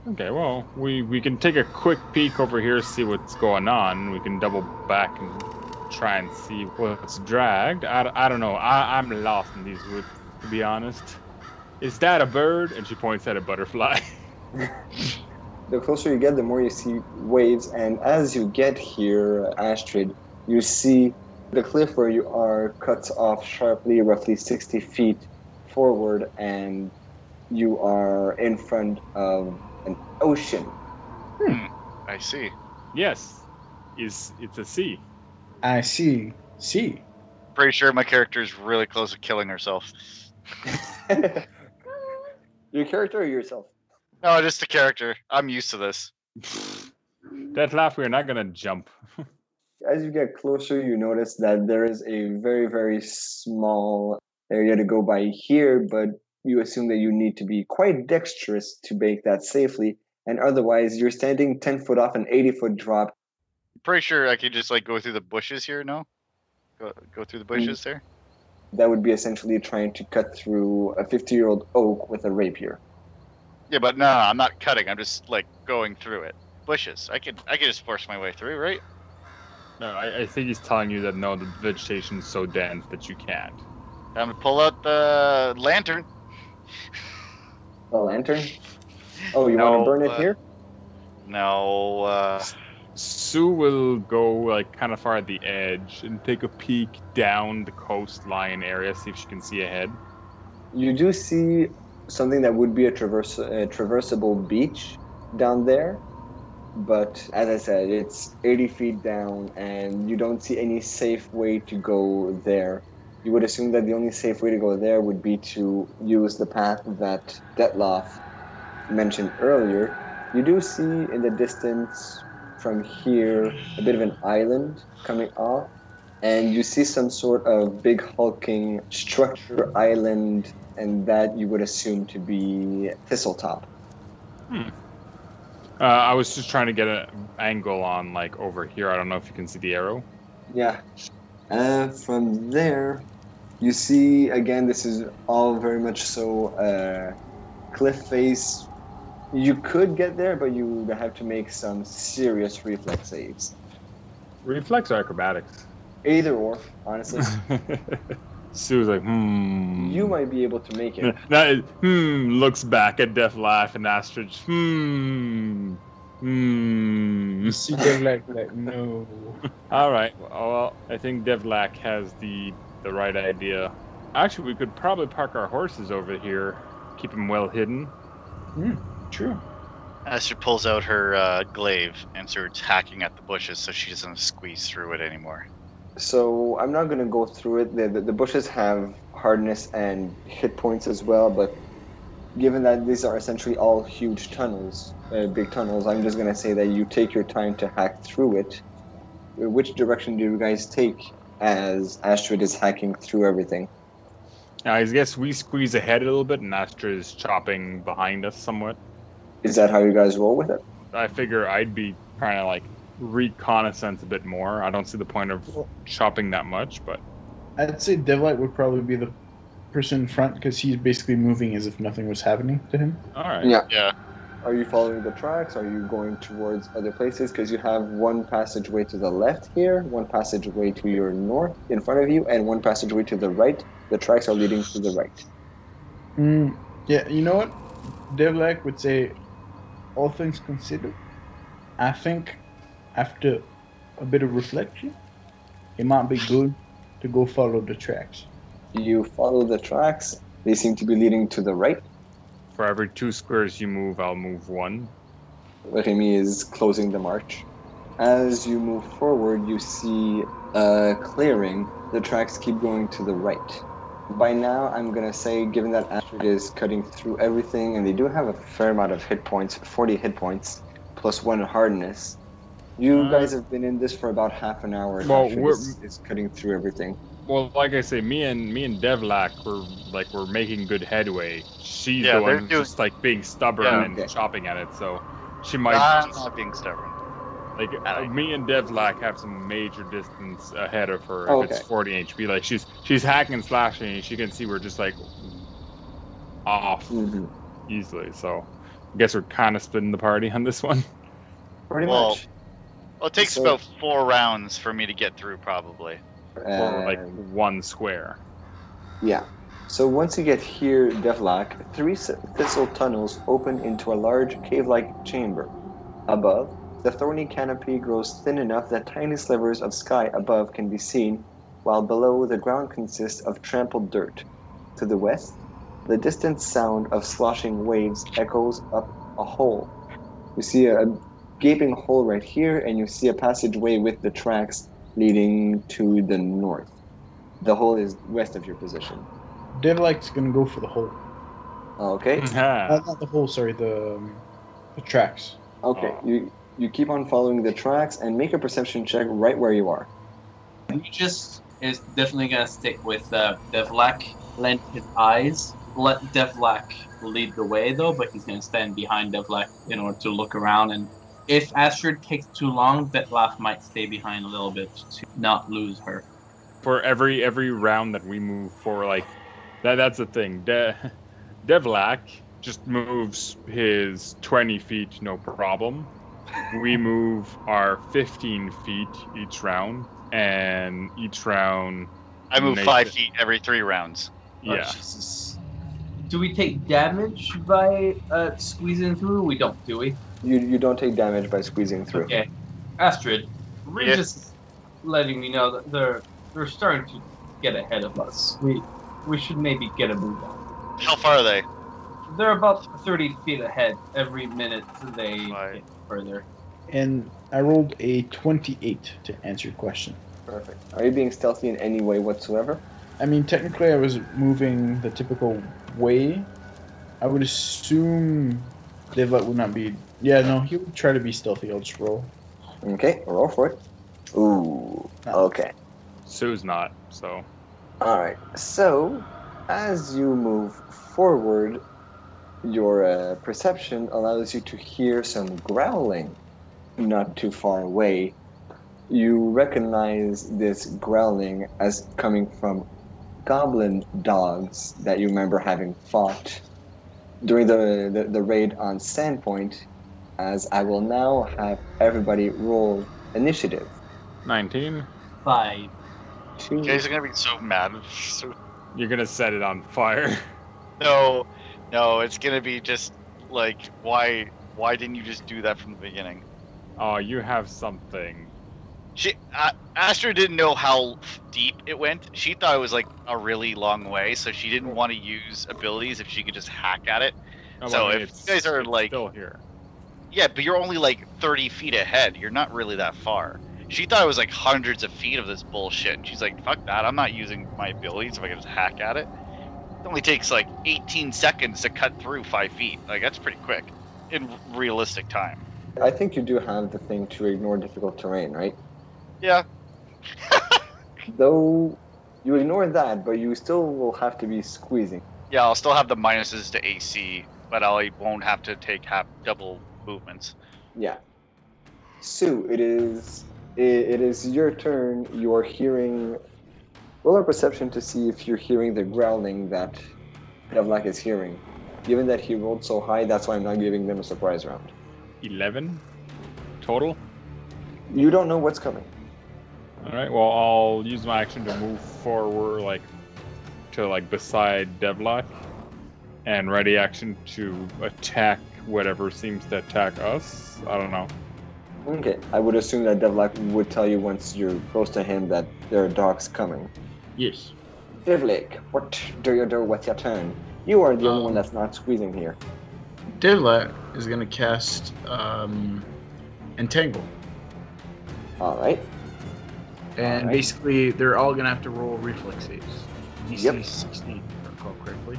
S3: Okay, well, we, we can take a quick peek over here, see what's going on. We can double back and try and see what's dragged. I, I don't know. I, I'm lost in these woods, to be honest. Is that a bird? And she points at a butterfly.
S2: The closer you get, the more you see waves, and as you get here, Astrid, you see the cliff where you are cuts off sharply, roughly 60 feet forward, and you are in front of an ocean.
S8: I see.
S3: yes, is it's a sea.
S7: I see. See.
S8: Pretty sure my character is really close to killing herself.
S2: Your character or yourself?
S8: No, just the character. I'm used to this.
S3: Devlaf, we're not going to jump.
S2: as you get closer, you notice that there is a very, very small area to go by here, but you assume that you need to be quite dexterous to make that safely. And otherwise, you're standing 10 foot off an 80 foot drop.
S8: Pretty sure I could just like go through the bushes here. No, go Go, go through the bushes there.
S2: That would be essentially trying to cut through a 50 year old oak with a rapier.
S8: Yeah, but no, no, I'm not cutting. I'm just like going through it. Bushes. I could I could just force my way through, right?
S3: No, I, I think he's telling you that no, the vegetation's so dense that you can't.
S8: I'm gonna pull out the lantern.
S2: A lantern? Oh, you
S8: No,
S2: want to burn it
S8: uh,
S2: here?
S8: No, uh,
S3: Sue will go like kind of far at the edge and take a peek down the coastline area, see if she can see ahead.
S2: You do see something that would be a, traverse, a traversable beach down there, but as I said, it's 80 feet down, and you don't see any safe way to go there. You would assume that the only safe way to go there would be to use the path that Detloff mentioned earlier. You do see in the distance from here a bit of an island coming off, and you see some sort of big hulking structure island and that you would assume to be Thistletop.
S3: Uh, I was just trying to get an angle on like over here. I don't know if you can see the arrow.
S2: Yeah. Uh, from there, you see again, this is all very much so uh, cliff face. You could get there, but you would have to make some serious reflex saves.
S3: Reflex or acrobatics?
S2: Either or, honestly,
S3: Sue's like, hmm.
S2: you might be able to make it.
S3: That is, hmm, looks back at Death Laugh and Astridge. Hmm. Hmm.
S7: You see them like, like no.
S3: All right. Well, I think Devlak has the the right idea. Actually, we could probably park our horses over here, keep them well hidden.
S7: True.
S8: Esther pulls out her uh, glaive and starts hacking at the bushes so she doesn't squeeze through it anymore.
S2: So I'm not gonna go through it. The, the, the bushes have hardness and hit points as well, but given that these are essentially all huge tunnels, uh, big tunnels, I'm just gonna say that you take your time to hack through it. Uh, Which direction do you guys take as Astrid is hacking through everything?
S3: Now, I guess we squeeze ahead a little bit, and Astra is chopping behind us somewhat.
S2: Is that how you guys roll with it?
S3: I figure I'd be trying to like reconnaissance a bit more. I don't see the point of chopping that much, but
S7: I'd say Devlight would probably be the person in front because he's basically moving as if nothing was happening to him.
S3: all right.
S2: Yeah.
S8: Yeah.
S2: Are you following the tracks? Are you going towards other places? Because you have one passageway to the left here, one passageway to your north in front of you, and one passageway to the right. The tracks are leading to the right.
S7: Mm, yeah, you know what? Devlak would say, all things considered, I think after a bit of reflection, it might be good to go follow the tracks.
S2: You follow the tracks. They seem to be leading to the right.
S3: For every two squares you move, I'll move one.
S2: Remy is closing the march. As you move forward, you see a clearing. The tracks keep going to the right. By now, I'm gonna say, given that Astrid is cutting through everything, and they do have a fair amount of hit points 40 hit points, plus one hardness. You
S3: Uh,
S2: guys have been in this for about half an hour. and
S3: Well,
S2: Astrid
S3: we're-
S2: is, is cutting through everything.
S3: Well, like I say, me and me and Devlak were like we're making good headway. She's the
S8: Yeah, they're
S3: one who's
S8: doing-
S3: just like being stubborn
S8: Yeah.
S3: and
S2: Okay.
S3: chopping at it. So she might
S8: I'm not being stubborn.
S3: like uh, me and Devlak have some major distance ahead of her. If it's
S2: Okay.
S3: 40 HP, like she's she's hacking and slashing, and she can see we're just like off
S2: Mhm.
S3: easily. So I guess we're kind of splitting the party on this one.
S2: Pretty
S8: Well,
S2: much.
S8: Well, it takes
S2: So-
S8: about four rounds for me to get through, probably.
S3: or like
S2: Um,
S3: one square.
S2: Yeah. So once you get here, Devlak, three s- thistle tunnels open into a large cave like chamber. Above, the thorny canopy grows thin enough that tiny slivers of sky above can be seen, while below the ground consists of trampled dirt. To the west, the distant sound of sloshing waves echoes up a hole. You see a, a gaping hole right here, and you see a passageway with the tracks leading to the north. The hole is west of your position.
S7: Devlak's gonna go for the hole.
S2: Okay.
S7: Uh, not the hole, sorry, the, um, the tracks.
S2: Okay.
S3: Aw.
S2: You you keep on following the tracks and make a perception check right where you are.
S4: Regis is definitely gonna stick with uh, Devlak, lend his eyes, let Devlak lead the way though, but he's gonna stand behind Devlak in order to look around. And if Astrid takes too long, Devlak might stay behind a little bit to not lose her.
S3: for every every round that we move for like that that's the thing De- devlak just moves his 20 feet no problem we move our 15 feet each round and each round
S8: I move
S3: Nathan.
S8: five feet every three rounds.
S4: Oh,
S3: yeah
S4: Jesus. Do we take damage by uh, squeezing through? We don't, do we?
S2: You, you don't take damage by squeezing through.
S4: Okay. Astrid, Regis is letting me know that they're they're starting to get ahead of us. We we should maybe get a move on.
S8: How far are they?
S4: They're about 30 feet ahead every minute they
S8: Right.
S4: get further.
S9: And I rolled a 28 to answer your question.
S2: Perfect. Are you being stealthy in any way whatsoever?
S9: I mean, technically, I was moving the typical way. I would assume Devlet would not be. Yeah, no, he would try to be stealthy. I'll just roll.
S2: Okay, roll for it. Ooh. Okay.
S3: sue's not so
S2: All right. So, as you move forward, your uh, perception allows you to hear some growling not too far away. You recognize this growling as coming from goblin dogs that you remember having fought during the, the, the raid on Sandpoint, as I will now have everybody roll initiative.
S3: 19
S4: Five.
S2: Two.
S8: You guys are gonna be so mad. So
S3: you're gonna set it on fire
S8: No, no, it's gonna be just like why why didn't you just do that from the beginning?
S3: oh you have something
S8: She uh, Astra didn't know how deep it went. She thought it was like a really long way, so she didn't want to use abilities if she could just hack at it.
S3: Oh,
S8: So
S3: I mean,
S8: if
S3: it's-
S8: you guys are,
S3: it's
S8: like-
S3: still here
S8: Yeah, but you're only like 30 feet ahead. You're not really that far. She thought it was like hundreds of feet of this bullshit. And she's like, fuck that. I'm not using my abilities if I can just hack at it. It only takes like 18 seconds to cut through five feet. Like, that's pretty quick in realistic time.
S2: I think you do have the thing to ignore difficult terrain, right?
S8: Yeah.
S2: Though you ignore that, but you still will have to be squeezing.
S8: Yeah, I'll still have the minuses to AC, but I won't have to take half double movements.
S2: Yeah. Sue, it is it, it is your turn. You are hearing. Roll a perception to see if you're hearing the growling that Devlak is hearing. Given that he rolled so high, that's why I'm not giving them a surprise round.
S3: 11 total
S2: You don't know what's coming.
S3: All right. Well, I'll use my action to move forward, like to like beside Devlock, and ready action to attack whatever seems to attack us. I don't know.
S2: Okay. I would assume that Devlak would tell you once you're close to him that there are dogs coming.
S7: Yes.
S2: Divlik, what do you do with your turn? You are the only
S7: Um,
S2: one that's not squeezing here.
S7: Divlat is gonna cast um, Entangle,
S2: All right.
S7: and
S2: Alright.
S7: basically they're all gonna have to roll reflex saves. DC
S2: Yep.
S7: 16, if I recall correctly.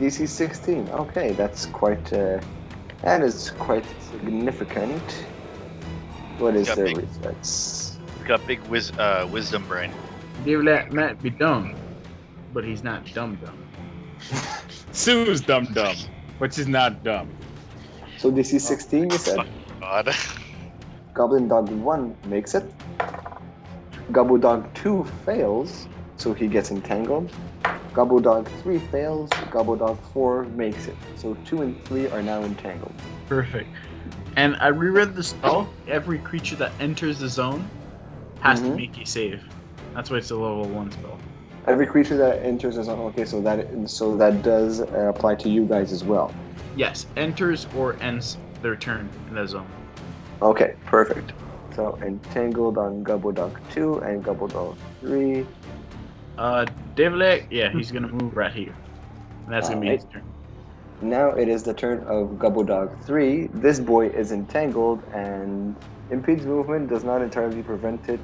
S2: DC 16. Okay, that's quite. Uh, that is quite significant. What is
S8: Yeah,
S2: their
S8: big-
S2: reflex?
S8: He's got big wiz- uh, wisdom brain.
S7: Divlat might be dumb, but he's not dumb dumb.
S3: Sue's dumb dumb, but she's not dumb.
S2: So DC 16, you said.
S8: God.
S2: Goblin Dog 1 makes it. Gobble Dog 2 fails, so he gets entangled. Gobble Dog 3 fails. Gobble Dog 4 makes it. So 2 and 3 are now entangled.
S7: Perfect. And I reread the spell. Every creature that enters the zone has
S3: Mm-hmm.
S2: Mhm.
S7: to make a save. That's why it's a level one spell.
S2: Every creature that enters is on. Okay, so that so that does uh, apply to you guys as well.
S7: Yes, enters or ends their turn in the zone.
S2: Okay, perfect. So entangled on Gobble Dog 2 and Gobble Dog 3.
S7: Uh, Devlek, yeah, he's gonna move right here. And that's gonna be his turn.
S2: Now it is the turn of Gobble Dog 3. This boy is entangled and impedes movement, does not entirely prevent it.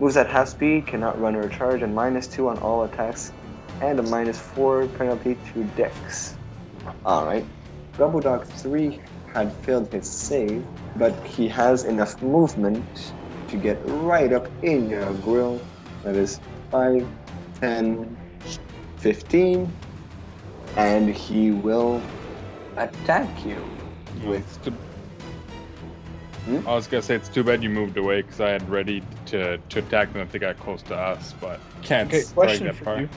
S2: Moves at half speed, cannot run or charge, and minus 2 on all attacks, and a minus 4 penalty to dex. Alright. Gobble Dog 3 had failed his save, but he has enough movement to get right up in your grill. That is 5, 10, 15, and he will attack you with
S9: Hmm?
S3: I was gonna say it's too bad you moved away because I had ready to to, to attack them if they got close to us, but can't
S9: Okay,
S3: strike
S9: question
S3: that
S9: for
S3: part.
S9: you.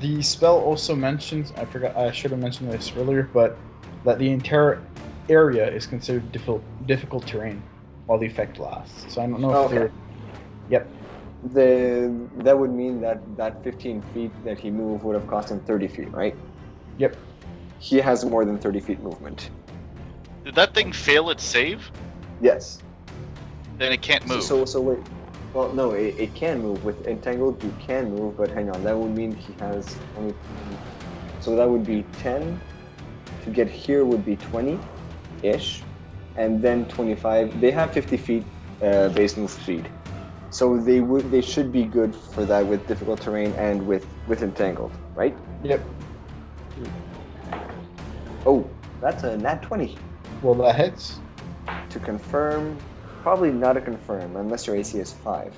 S9: The spell also mentions, I forgot, I should have mentioned this earlier, but that the entire area is considered difficult, difficult terrain while the effect lasts. So I don't know if
S2: Okay.
S9: they're. Yep.
S2: The that would mean that that 15 feet that he moved would have cost him 30 feet, right?
S9: Yep.
S2: He has more than 30 feet movement.
S8: Did that thing fail its save?
S2: Yes.
S8: Then it can't
S2: So,
S8: move.
S2: so so wait. Well, no, it, it can move with entangled. You can move, but hang on. That would mean he has only. So that would be 10. To get here would be 20, ish, and then 25. They have 50 feet uh, base move speed, so they would they should be good for that with difficult terrain and with with entangled, right?
S9: Yep.
S2: Oh, that's a nat 20.
S9: Well, that hits.
S2: To confirm, probably not a confirm unless your AC is five.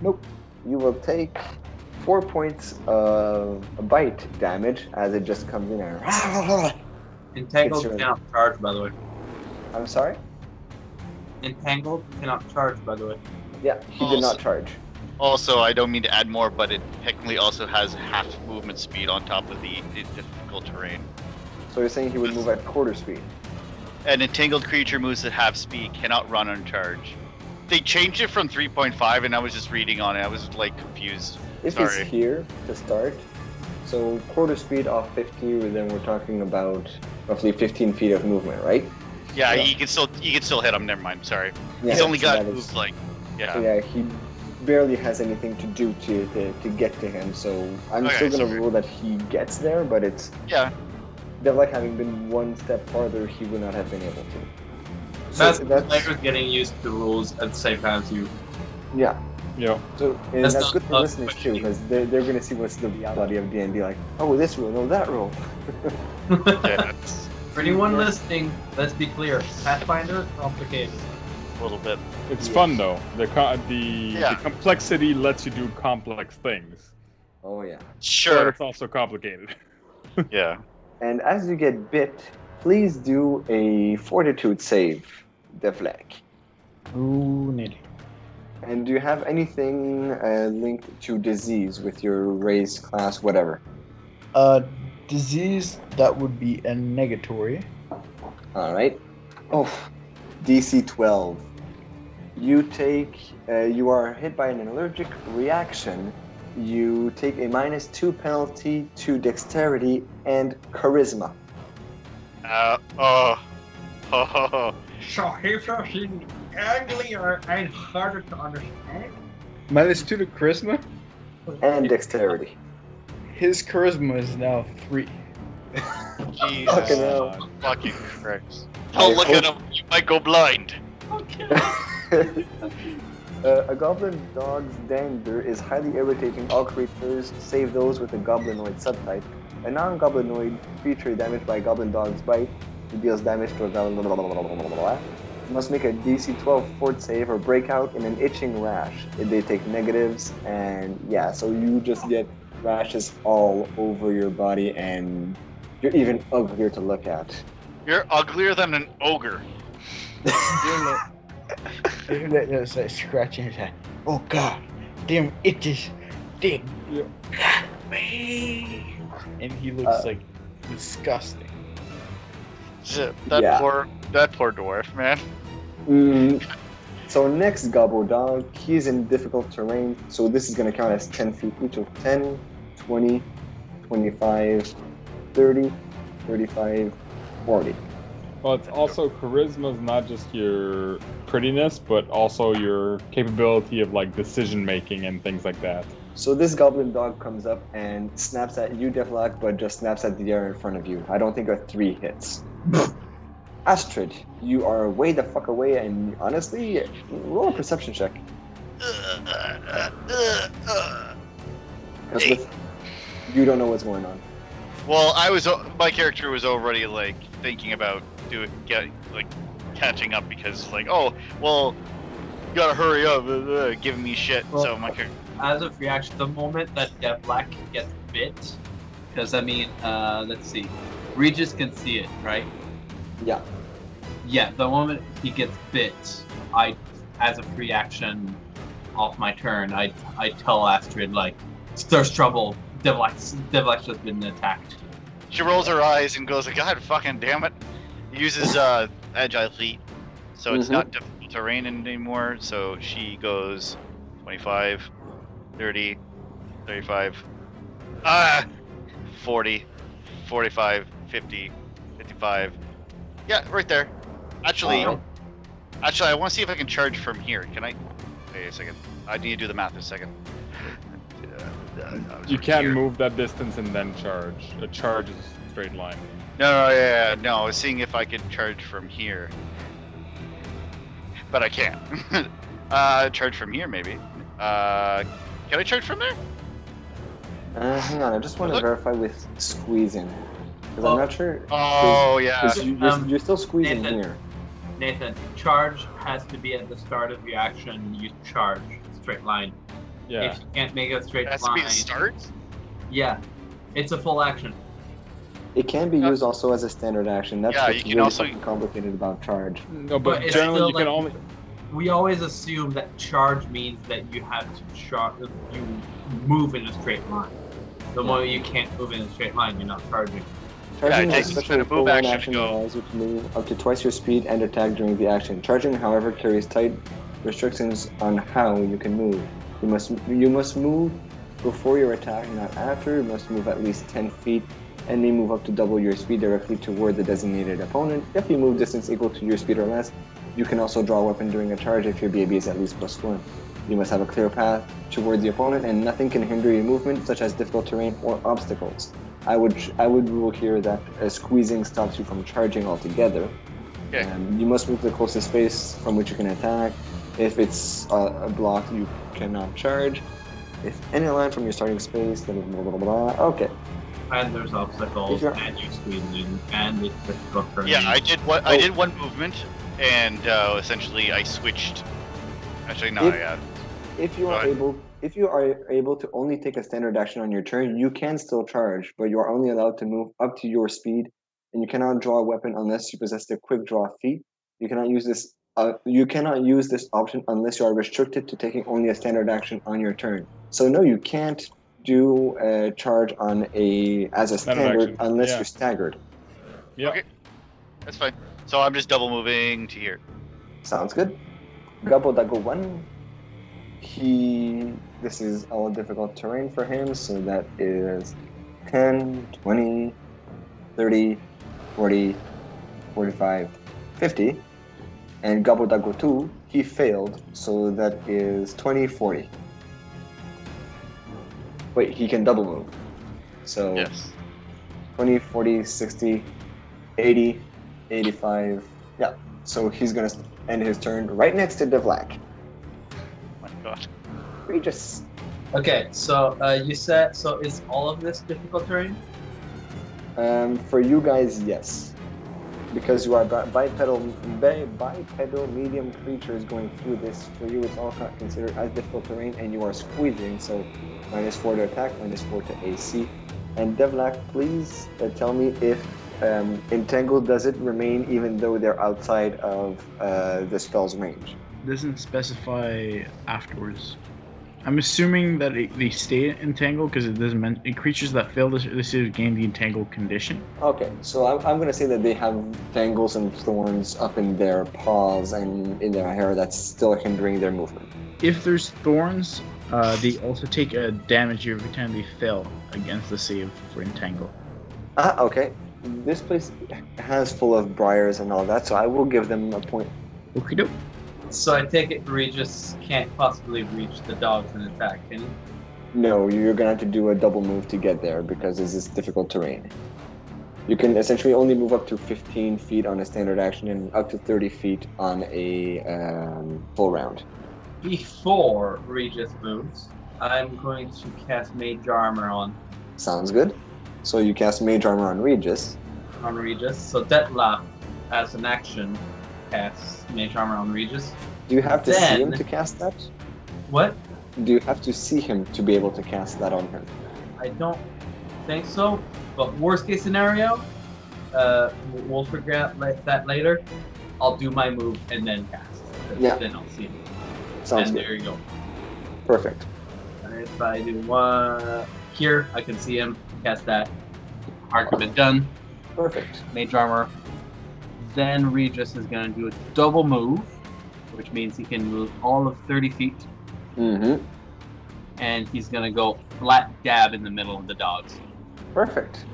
S2: Nope. You will take four points of bite damage as it just comes in and.
S4: Entangled
S2: It's your-
S4: cannot charge, by the way.
S2: I'm sorry.
S4: Entangled cannot charge, by the way.
S2: Yeah, he did not charge.
S8: Also, I don't mean to add more, but it technically also has half movement speed on top of the, the difficult terrain.
S2: So you're saying he would move at quarter speed.
S8: An entangled creature moves at half speed, cannot run on charge. They changed it from 3.5, and I was just reading on it. I was like confused.
S2: If
S8: Sorry.
S2: it's here to start, so quarter speed off 50, then we're talking about roughly 15 feet of movement, right?
S8: Yeah,
S2: Yeah.
S8: you can still you can still hit him. Never mind. Sorry.
S2: Yeah,
S8: He's only
S2: so
S8: got
S2: that is-
S8: moved like yeah.
S2: So yeah, he barely has anything to do to to, to get to him. So I'm
S8: Okay,
S2: still gonna
S8: so-
S2: rule that he gets there, but it's
S8: Yeah.
S2: Devlak having been one step farther, he would not have been able to.
S4: That's,
S2: So
S4: the players getting used to the rules at the same time as you.
S2: yeah.
S3: Yeah.
S2: So and
S4: That's
S2: that's,
S4: not-
S2: good for
S4: not
S2: listeners too,
S4: questioning.
S2: because they're, they're gonna see what's the reality of D and D. Like, oh, this rule, no, that rule.
S8: yeah. It's
S4: For anyone listening, let's be clear. Pathfinder, complicated.
S8: a little bit.
S3: It's fun though. The co- the,
S8: Yeah.
S3: the complexity lets you do complex things,
S2: Oh yeah.
S3: but
S8: Sure.
S3: it's also complicated.
S8: Yeah.
S2: And as you get bit, please do a Fortitude save, Devlak.
S9: Ooh, need.
S2: And do you have anything uh, linked to disease with your race, class, whatever?
S9: Uh, disease, that would be a negatory.
S2: All right. Oh, DC 12. You take, uh, you are hit by an allergic reaction. You take a minus two penalty to dexterity and charisma.
S8: Uh, oh. Oh.
S6: So he's seems uglier and harder to understand.
S9: Minus two to charisma.
S2: And dexterity.
S9: His charisma is now three.
S8: Jesus.
S2: Fucking hell.
S8: Fucking Christ. Don't look at him. You might go blind.
S2: Uh, a goblin dog's dander is highly irritating all creatures save those with a goblinoid subtype. A non-goblinoid creature damaged by a goblin dog's bite who deals damage to a goblin. Blah, blah, blah, blah, blah, blah, blah, blah, must make a DC 12 fort save or break out in an itching rash. They take negatives, and yeah, so you just get rashes all over your body, and you're even uglier to look at.
S8: You're uglier than an ogre.
S9: They're like- they're just, like, scratching his head. Oh god, damn itches, damn.
S3: Yeah.
S9: me. And he looks
S2: Uh,
S9: like disgusting.
S8: Shit, That
S2: Yeah.
S8: poor that poor dwarf, man.
S2: Mm. So next Gobble Dog, he's in difficult terrain, so this is gonna count as 10 feet. We took 10, 20, 25, 30, 35, 40.
S3: Well, it's also charisma is not just your prettiness, but also your capability of like decision making and things like that.
S2: So this Goblin Dog comes up and snaps at you, Devlock, but just snaps at the air in front of you. I don't think a three hits. Astrid, you are way the fuck away, and honestly, roll a perception check. Because with- you don't know what's going on.
S8: Well, I was my character was already like thinking about doing get like catching up because like oh well gotta hurry up uh, uh, giving me shit so my character
S4: As of reaction, the moment that Dev Black gets bit, because I mean, uh, let's see. Regis can see it, right?
S2: Yeah.
S4: Yeah, the moment he gets bit, I, as a free action,
S6: off my turn, I I tell Astrid like, "There's trouble. Devlax Devlax has been attacked."
S8: She rolls her eyes and goes, "God fucking damn it!" Uses uh, agile feet, so it's
S2: Mhm.
S8: not difficult terrain anymore. So she goes 25, 30, 35, ah, 40, 45, 50, 55. Yeah, right there. Actually,
S2: Wow.
S8: actually, I want to see if I can charge from here. Can I? Wait a second. I need to do the math in a second. Uh, uh, I was
S3: You
S8: right
S3: can
S8: here.
S3: move that distance and then charge. A charge is a straight line.
S8: No, no, yeah, yeah, no. I was seeing if I could charge from here, but I can't. uh, charge from here, maybe. Uh, can I charge from there?
S2: Uh, hang on, I just want to
S8: Look.
S2: verify with squeezing. Because
S4: Oh.
S2: I'm not sure.
S8: Oh yeah.
S2: 'cause you, are
S4: Um,
S2: you're still squeezing
S4: Nathan.
S2: here.
S4: Nathan, charge has to be at the start of your action. You charge straight line.
S3: Yeah.
S4: If you can't make a straight
S8: It has to
S4: line,
S8: be a start.
S4: yeah, it's a full action.
S2: It can be
S8: Uh,
S2: used also as a standard action. That's
S8: yeah,
S2: what's
S8: you can
S2: really
S8: also-
S2: fucking complicated about charge.
S3: No,
S4: but
S3: but,
S4: it's
S3: generally
S4: still
S3: you can
S4: like-
S3: only.
S4: We always assume that charge means that you have to char- you move in a straight line. The moment you can't move in a straight line, you're not charging.
S2: Charging is
S8: it takes a
S2: especially
S8: move
S2: full
S8: action to
S2: action
S8: go.
S2: allows you to move up to twice your speed and attack during the action. Charging, however, carries tight restrictions on how you can move. You must you must move before your attack, not after. You must move at least 10 feet and may move up to double your speed directly toward the designated opponent. If you move distance equal to your speed or less, you can also draw a weapon during a charge if your BAB is at least plus one. You must have a clear path toward the opponent, and nothing can hinder your movement, such as difficult terrain or obstacles. I would I would rule here that uh, squeezing stops you from charging altogether.
S8: Okay.
S2: Um, you must move to the closest space from which you can attack. If it's a, a block, you cannot charge. If any line from your starting space, then blah blah blah. blah. Okay.
S4: And there's obstacles,
S2: If you're-
S4: and you're squeezing, and it's difficult for
S8: Yeah, I did one. I
S2: Oh.
S8: did one movement, and uh, essentially I switched. Actually, no,
S2: If-
S8: yeah.
S2: If you are
S8: Right.
S2: able, if you are able to only take a standard action on your turn, you can still charge, but you are only allowed to move up to your speed, and you cannot draw a weapon unless you possess the quick draw feat. You cannot use this. Uh, you cannot use this option unless you are restricted to taking only a standard action on your turn. So no, you can't do a charge on a as
S3: Standard
S2: a standard
S3: action,
S2: unless
S3: yeah.
S2: you're staggered.
S3: Yeah.
S8: Okay. That's fine. So I'm just double moving to here.
S2: Sounds good. Gabo Dago 1. He. This is all difficult terrain for him, so that is 10, 20, 30, 40, 45, 50. And Gabo Dago 2, he failed, so that is 20, 40. Wait, he can double move. So
S8: Yes.
S2: 20, 40, 60, 80, 85. Yeah. So he's going to end his turn right next to Devlak.
S8: Oh my God.
S2: We just.
S4: Okay, so uh, you said so is all of this difficult terrain?
S2: Um, for you guys, yes. Because you are bi- bipedal, bi- bipedal medium creatures going through this, for you it's all not considered as difficult terrain, and you are squeezing, so minus four to attack, minus four to AC. And Devlak, please uh, tell me if um, entangled does it remain even though they're outside of uh, the spell's range.
S7: Doesn't specify afterwards. I'm assuming that it, they stay entangled because it doesn't mention creatures that fail this this is gain the entangled condition.
S2: Okay, so I'm, I'm gonna say that they have tangles and thorns up in their paws and in their hair that's still hindering their movement.
S7: If there's thorns, uh, they also take a damage every time they fail against the save for entangle.
S2: Ah, okay. This place has full of briars and all that, so I will give them a point.
S7: Okay, doke.
S4: So I take it Regis can't possibly reach the dogs and attack, can he?
S2: No, you're gonna have to do a double move to get there because this is difficult terrain. You can essentially only move up to 15 feet on a standard action and up to 30 feet on a um, full round.
S4: Before Regis moves, I'm going to cast Mage Armor on
S2: Sounds good. So you cast Mage Armor on Regis.
S4: on Regis. So Detlaf, as an action, casts Mage Armor on Regis.
S2: Do you have to see him
S4: Then-
S2: to cast that?
S4: What?
S2: Do you have to see him to be able to cast that on him?
S4: I don't think so. But worst case scenario, uh, we'll- we'll figure out la- that later. I'll do my move and then cast.
S2: Yeah.
S4: Then I'll see. him.
S2: Sounds
S4: and
S2: good.
S4: there you go.
S2: Perfect.
S6: And if I do
S4: uh,
S6: one here, I can see him cast that. Argument done.
S2: Perfect.
S6: Mage armor. Then Regis is going to do a double move, which means he can move all of 30 feet,
S2: Mm-hmm.
S6: and he's going to go flat dab in the middle of the dogs
S2: Perfect.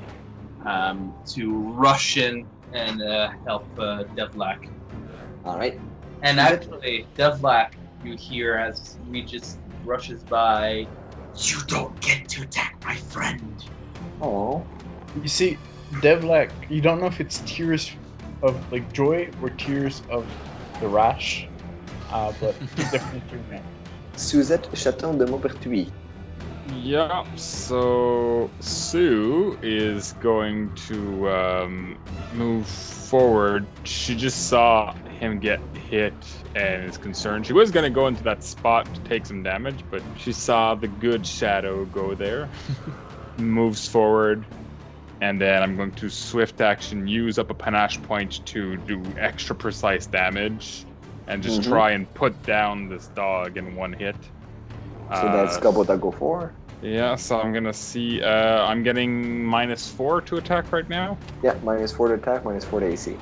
S6: um, to rush in and uh, help uh, Devlak.
S2: All right.
S6: And actually, Devlak, you hear as Regis rushes by, You don't get to attack my friend.
S2: Oh.
S9: You see, Devlak, you don't know if it's tears of like joy or tears of the rash, uh, but he's definitely tearing up.
S2: Suzette Chaton de Maupertuis.
S3: Yeah, so Sue is going to um, move forward. She just saw him get hit and is concerned. She was going to go into that spot to take some damage, but she saw the good shadow go there. Moves forward, and then I'm going to swift action use up a panache point to do extra precise damage and just
S2: Mhm.
S3: try and put down this dog in one hit.
S2: So that's
S3: Uh,
S2: Gobble Dago 4.
S3: yeah, so I'm gonna see. Uh, I'm getting minus four to attack right now.
S2: Yeah, minus 4 to attack, minus 4 to AC.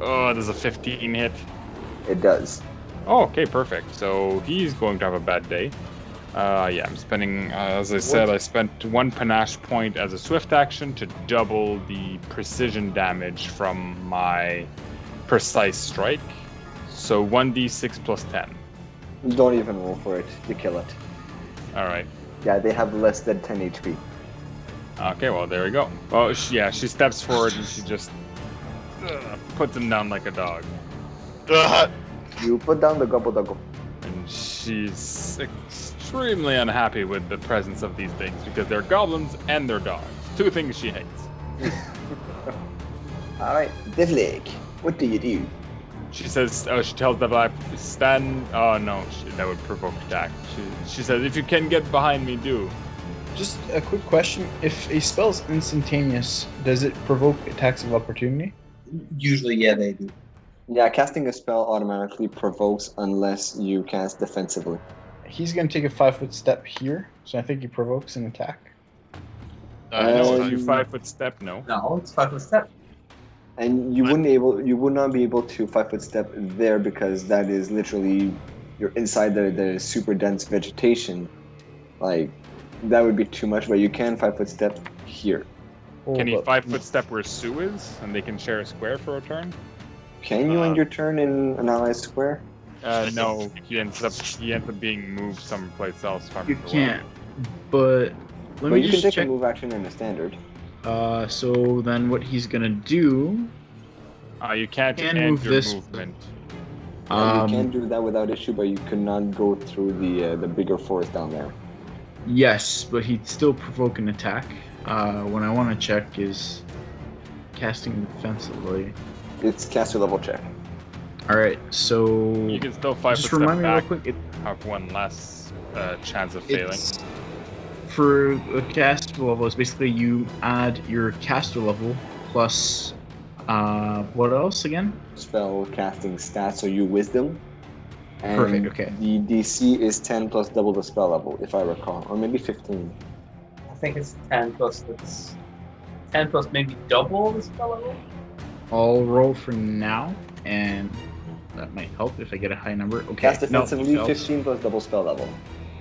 S3: Oh, there's a 15 hit.
S2: It does.
S3: Oh, okay, perfect. So he's going to have a bad day. Uh, yeah, I'm spending, uh, as I said, I spent one panache point as a swift action to double the precision damage from my precise strike. So 1d6 plus 10.
S2: Don't even roll for it. You kill it.
S3: All right.
S2: Yeah, they have less than 10 HP.
S3: Okay, well there we go. Oh, sh yeah, she steps forward and she just uh, puts him down like a dog.
S8: Ugh.
S2: You put down the Gobble Dago.
S3: and she's extremely unhappy with the presence of these things because they're goblins and they're dogs. Two things she hates.
S2: Alright, Devlik, what do you do?
S3: She says, oh, she tells the black, stand. Oh no, she, that would provoke attack. She, she says, if you can get behind me, do.
S9: Just a quick question: If a spell is instantaneous, does it provoke attacks of opportunity?
S6: Usually, yeah, they do.
S2: Yeah, casting a spell automatically provokes unless you cast defensively.
S9: He's going to take a five foot step here, so I think he provokes an attack.
S8: Uh,
S2: Oh,
S8: it's
S3: no,
S8: fine.
S7: Um,
S3: you five foot step, no.
S6: No, it's five foot step.
S2: And you
S8: What?
S2: wouldn't able you would not be able to five foot step there because that is literally you're inside the, the super dense vegetation. Like that would be too much, but you can five foot step here.
S7: oh,
S3: Can he
S9: Hold up.
S3: five foot step where Sue is, and they can share a square for a turn?
S2: Can you end
S3: Uh,
S2: your turn in an allied square?
S3: Uh, no, he ends up he ends up being moved someplace else. If I
S7: You
S3: remember well.
S7: can't. But let
S2: Well,
S7: me
S2: you can
S7: just
S2: take
S7: check.
S2: a move action in a standard.
S7: Uh, so then what he's gonna do?
S3: Uh, you can't
S7: Can
S3: end
S7: move
S3: your
S7: this-
S3: movement.
S2: Yeah,
S7: Um,
S2: you can do that without issue, but you could not go through the uh, the bigger forest down there.
S7: Yes, but he'd still provoke an attack. Uh, what I want to check is casting defensively.
S2: It's caster level check.
S7: All right, so
S3: You can still five
S7: just
S3: foot step
S7: remind me real
S3: back.
S7: quick. It,
S3: have one less uh, chance of failing.
S7: it's for a caster level. It's basically you add your caster level plus uh, what else again?
S2: spell casting stats, so you wisdom. And
S7: Perfect, okay.
S2: The DC is 10 plus double the spell level, if I recall, or maybe 15.
S6: I think it's ten plus. It's ten plus maybe double the spell level.
S7: I'll roll for now, and that might help if I get a high number. Okay,
S2: Cast
S7: no, he
S2: defensively,
S7: fails.
S2: 15 plus double spell level.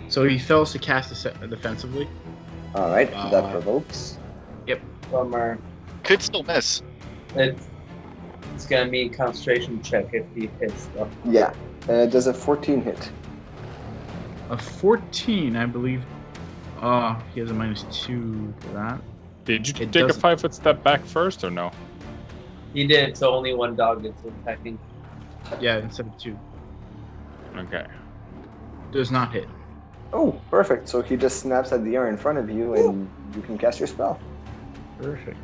S7: So he fails to cast def- defensively.
S2: All right, that
S7: Wow.
S2: provokes.
S6: Bummer.
S8: Could still miss.
S6: It's it's gonna be a concentration check if he hits though.
S2: Yeah, uh, does a 14 hit?
S7: A 14, I believe. Ah, he has a minus two to that.
S3: Did you
S7: It
S3: take a
S7: doesn't-
S3: five foot step back first or no?
S6: He did, so only one dog gets attacking.
S7: Yeah, instead of two.
S3: Okay.
S7: Does not hit.
S2: Oh, perfect. So he just snaps at the air in front of you, and you can cast your spell.
S7: Perfect.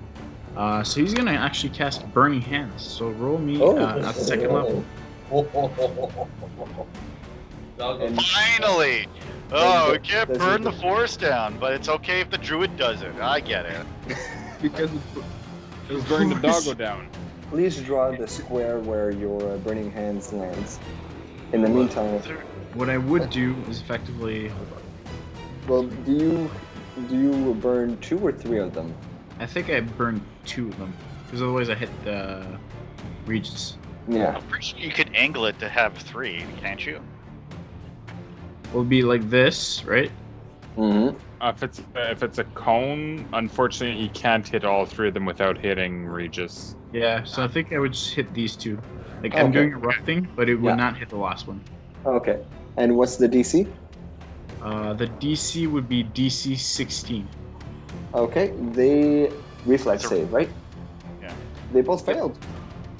S7: Uh, so he's gonna actually cast Burning Hands. So roll me
S2: Oh.
S7: uh, at second level.
S6: Dog
S2: And-
S8: Finally! Oh,
S2: Does
S8: we
S2: it-
S8: can't
S2: does it-
S8: burn the forest down, but it's okay if the druid does it. I get it.
S3: Because it burned the doggo down.
S2: Please draw the square where your uh, burning hands lands. In the meantime,
S7: What I would do is effectively hold on.
S2: Well, do you do you burn two or three of them?
S7: I think I burned two of them because otherwise I hit the Regis.
S2: Yeah.
S8: I'm pretty sure you could angle it to have three, can't you?
S7: It would be like this, right?
S2: Mm-hmm.
S3: Uh, if it's if it's a cone, unfortunately, he can't hit all three of them without hitting Regis.
S7: Yeah. So I think I would just hit these two. Like I'm
S2: Okay.
S7: doing a rough thing, but it would
S2: Yeah.
S7: not hit the last one.
S2: Okay. And what's the DC?
S7: Uh, the DC would be DC 16.
S2: Okay, they reflex
S8: It's a-
S2: save, right?
S8: Yeah.
S2: They both failed.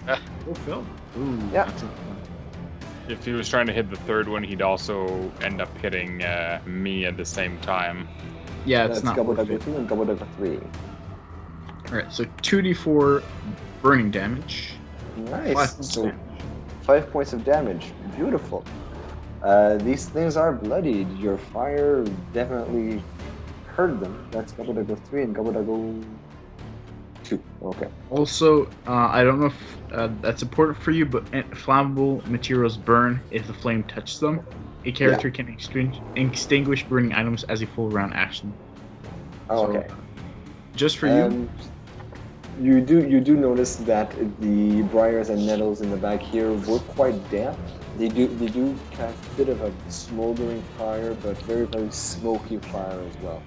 S7: Oh, Phil. Ooh.
S2: Yeah.
S7: that's a good one.
S3: If he was trying to hit the third one, he'd also end up hitting uh, me at the same time.
S7: Yeah, it's
S2: That's
S7: not.
S2: double
S7: worth
S2: dagger
S7: it.
S2: two and double dagger three.
S7: All right. So 2d4 burning damage.
S2: Nice.
S7: Five points
S2: so
S7: of
S2: five points of damage. Beautiful. Uh, these things are bloodied. Your fire definitely hurt them. That's double dagger three and double dagger two. Okay.
S7: Also, uh, I don't know if uh, that's important for you, but in- flammable materials burn if the flame touches them. A character can extinguish, extinguish burning items as a full round action.
S2: Oh,
S7: So,
S2: okay.
S7: uh, just for you.
S2: Um, you do you do notice that the briars and nettles in the back here were quite damp. They do they do cast a bit of a smoldering fire, but very very smoky fire as well.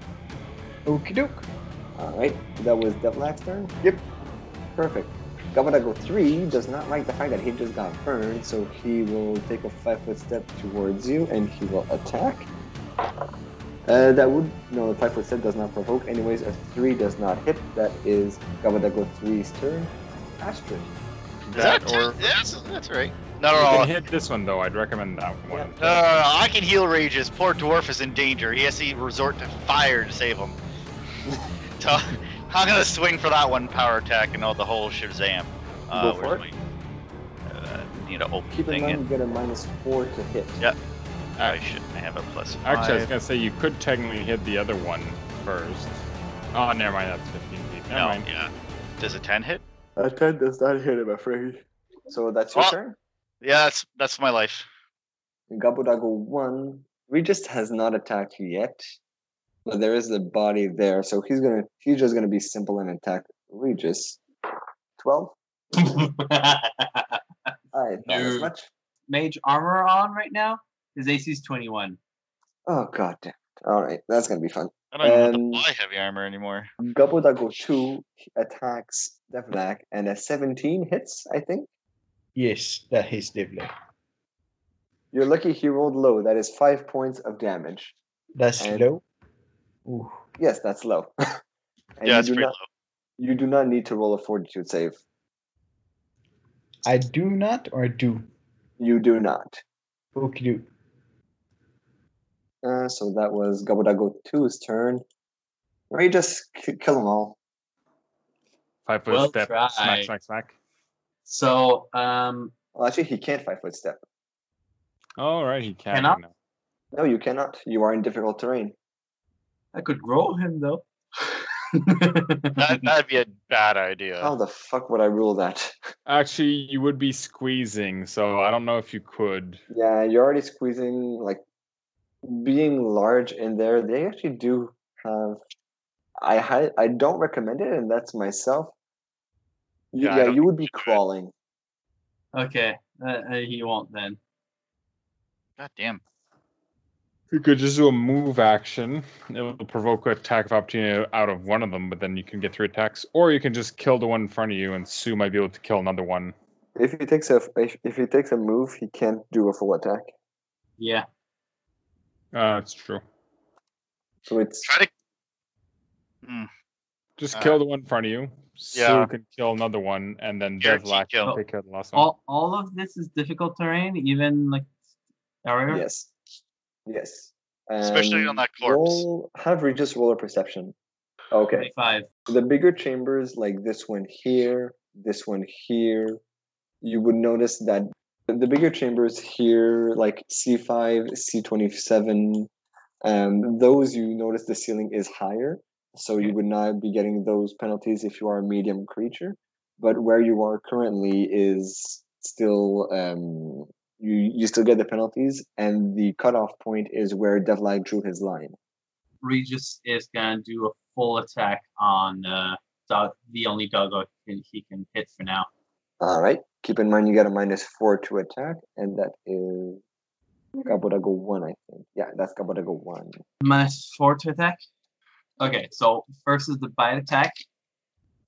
S9: Okie doke.
S2: All right, that was Devlax turn.
S9: Yep.
S2: Perfect. Gabadago three does not like the fact that he just got burned, so he will take a five foot step towards you and he will attack. Uh, that would no, the five foot step does not provoke. Anyways, a three does not hit. That is Gabadago 3's turn. Astrid.
S8: Is that or Oh. that's, that's right. Not
S3: You
S8: at all.
S3: can hit this one though. I'd recommend that one.
S8: No, no, no, I can heal Rages. Poor dwarf is in danger. He has to resort to fire to save him. so, I'm gonna swing for that one power attack and all the whole shazam. Uh,
S2: Go
S8: where's
S2: for it.
S8: my- uh, need an open
S2: Keep in
S8: thing.
S2: mind you get a minus four to hit.
S8: and I should I have a plus five.
S3: Actually, I was gonna say you could technically hit the other one first. Oh, never mind. That's 15 feet. Never
S8: no,
S3: mind.
S8: yeah. Does a ten hit?
S2: A ten does not hit, I'm afraid. So that's your
S8: Oh.
S2: turn.
S8: Yeah, that's that's my life.
S2: Gabudago 1. Regis has not attacked you yet, but there is the body there, so he's gonna he's just gonna be simple and attack Regis. 12? I thought as
S4: No.
S2: much.
S4: Mage armor on right now. His AC is 21.
S2: Oh god damn. it. Alright, that's gonna be fun.
S8: I don't even
S2: Um,
S8: have to buy heavy armor anymore.
S2: Gabudago 2 attacks Devlak and a 17 hits, I think.
S9: Yes, that is Devle.
S2: You're lucky he rolled low. That is five points of damage.
S9: That's
S2: And-
S9: low. Ooh.
S2: Yes, that's low. And you
S8: Yeah, it's
S2: do
S8: pretty
S2: not- You do not need to roll a fortitude save.
S9: I do not or do.
S2: You do not.
S9: Okie doke.
S2: Uh, so that was Gabudago 2's turn. Or you just k- kill them all.
S3: Five foot
S4: Well
S3: step.
S4: tried.
S3: Smack, smack, smack.
S4: So, um,
S2: Well, actually, he can't five foot step.
S3: All right, he can.
S4: Cannot?
S3: now.
S2: No, you cannot. You are in difficult terrain.
S4: I could roll him though.
S8: That, that'd be a bad idea.
S3: Oh.
S2: How the fuck would I rule that?
S3: Actually, you would be squeezing, so I don't know if you could.
S2: yeah, you're already squeezing, like, being large in there. They actually do have. I hi- I don't recommend it, and that's myself. You-
S8: Yeah, I
S2: yeah,
S8: don't
S2: you would be
S8: think you should.
S2: crawling.
S4: okay, uh, uh, he won't then.
S8: God damn.
S3: You could just do a move action. It'll provoke an attack of opportunity out of one of them, but then you can get three attacks, or you can just kill the one in front of you, and Sue might be able to kill another one.
S2: If he takes a if, if he takes a move, he can't do a full attack.
S4: Yeah.
S3: Uh, it's true.
S2: So it's
S8: Try to.
S3: Just
S8: Uh,
S3: kill the one in front of you.
S8: yeah.
S3: Sue can kill another one, and then
S8: Guaranteed
S3: Devlak
S8: kill.
S3: can take care of the last one.
S4: All all of this is difficult terrain, even like area.
S2: Yes. Yes.
S8: Especially on
S2: And
S8: that corpse.
S2: Roll, have Regis roll a perception. Okay.
S4: 25.
S2: The bigger chambers, like this one here, this one here, you would notice that the bigger chambers here, like C5, C27, um, those you notice the ceiling is higher. So you would not be getting those penalties if you are a medium creature. But where you are currently is still um, you you still get the penalties, and the cutoff point is where Devlag drew his line.
S4: Regis is gonna do a full attack on uh, Dog, the only doggo he can- he can hit for now.
S2: All right. Keep in mind you got a minus four to attack, and that is
S4: Mm-hmm.
S2: Gabodago one, I think. Yeah, that's Gabodago one.
S4: Minus four to attack. Okay, so first is the bite attack.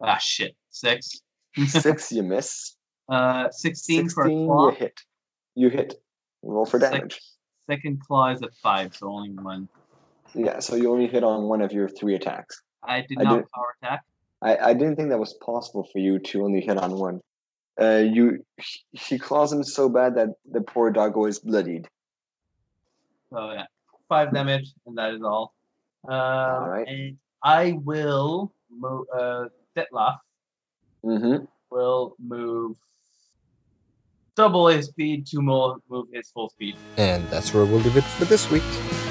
S4: Ah, shit. Six.
S2: Six, you miss.
S4: Uh, 16, for a
S2: Sixteen,
S4: claw.
S2: you hit. You hit. Roll for
S4: Six.
S2: damage.
S4: Second claw is a five, so only one.
S2: Yeah, so you only hit on one of your three attacks.
S4: I did
S2: I
S4: not
S2: did-
S4: power attack.
S2: I, I didn't think that was possible for you to only hit on one. Uh, you he- he claws him so bad that the poor doggo is bloodied.
S4: So yeah, five damage, and that is all. Uh,
S2: right.
S4: And I will move. Uh, Detlaf
S2: Mm-hmm.
S4: will move double his speed to mo- move his full speed.
S10: And that's where we'll leave it for this week.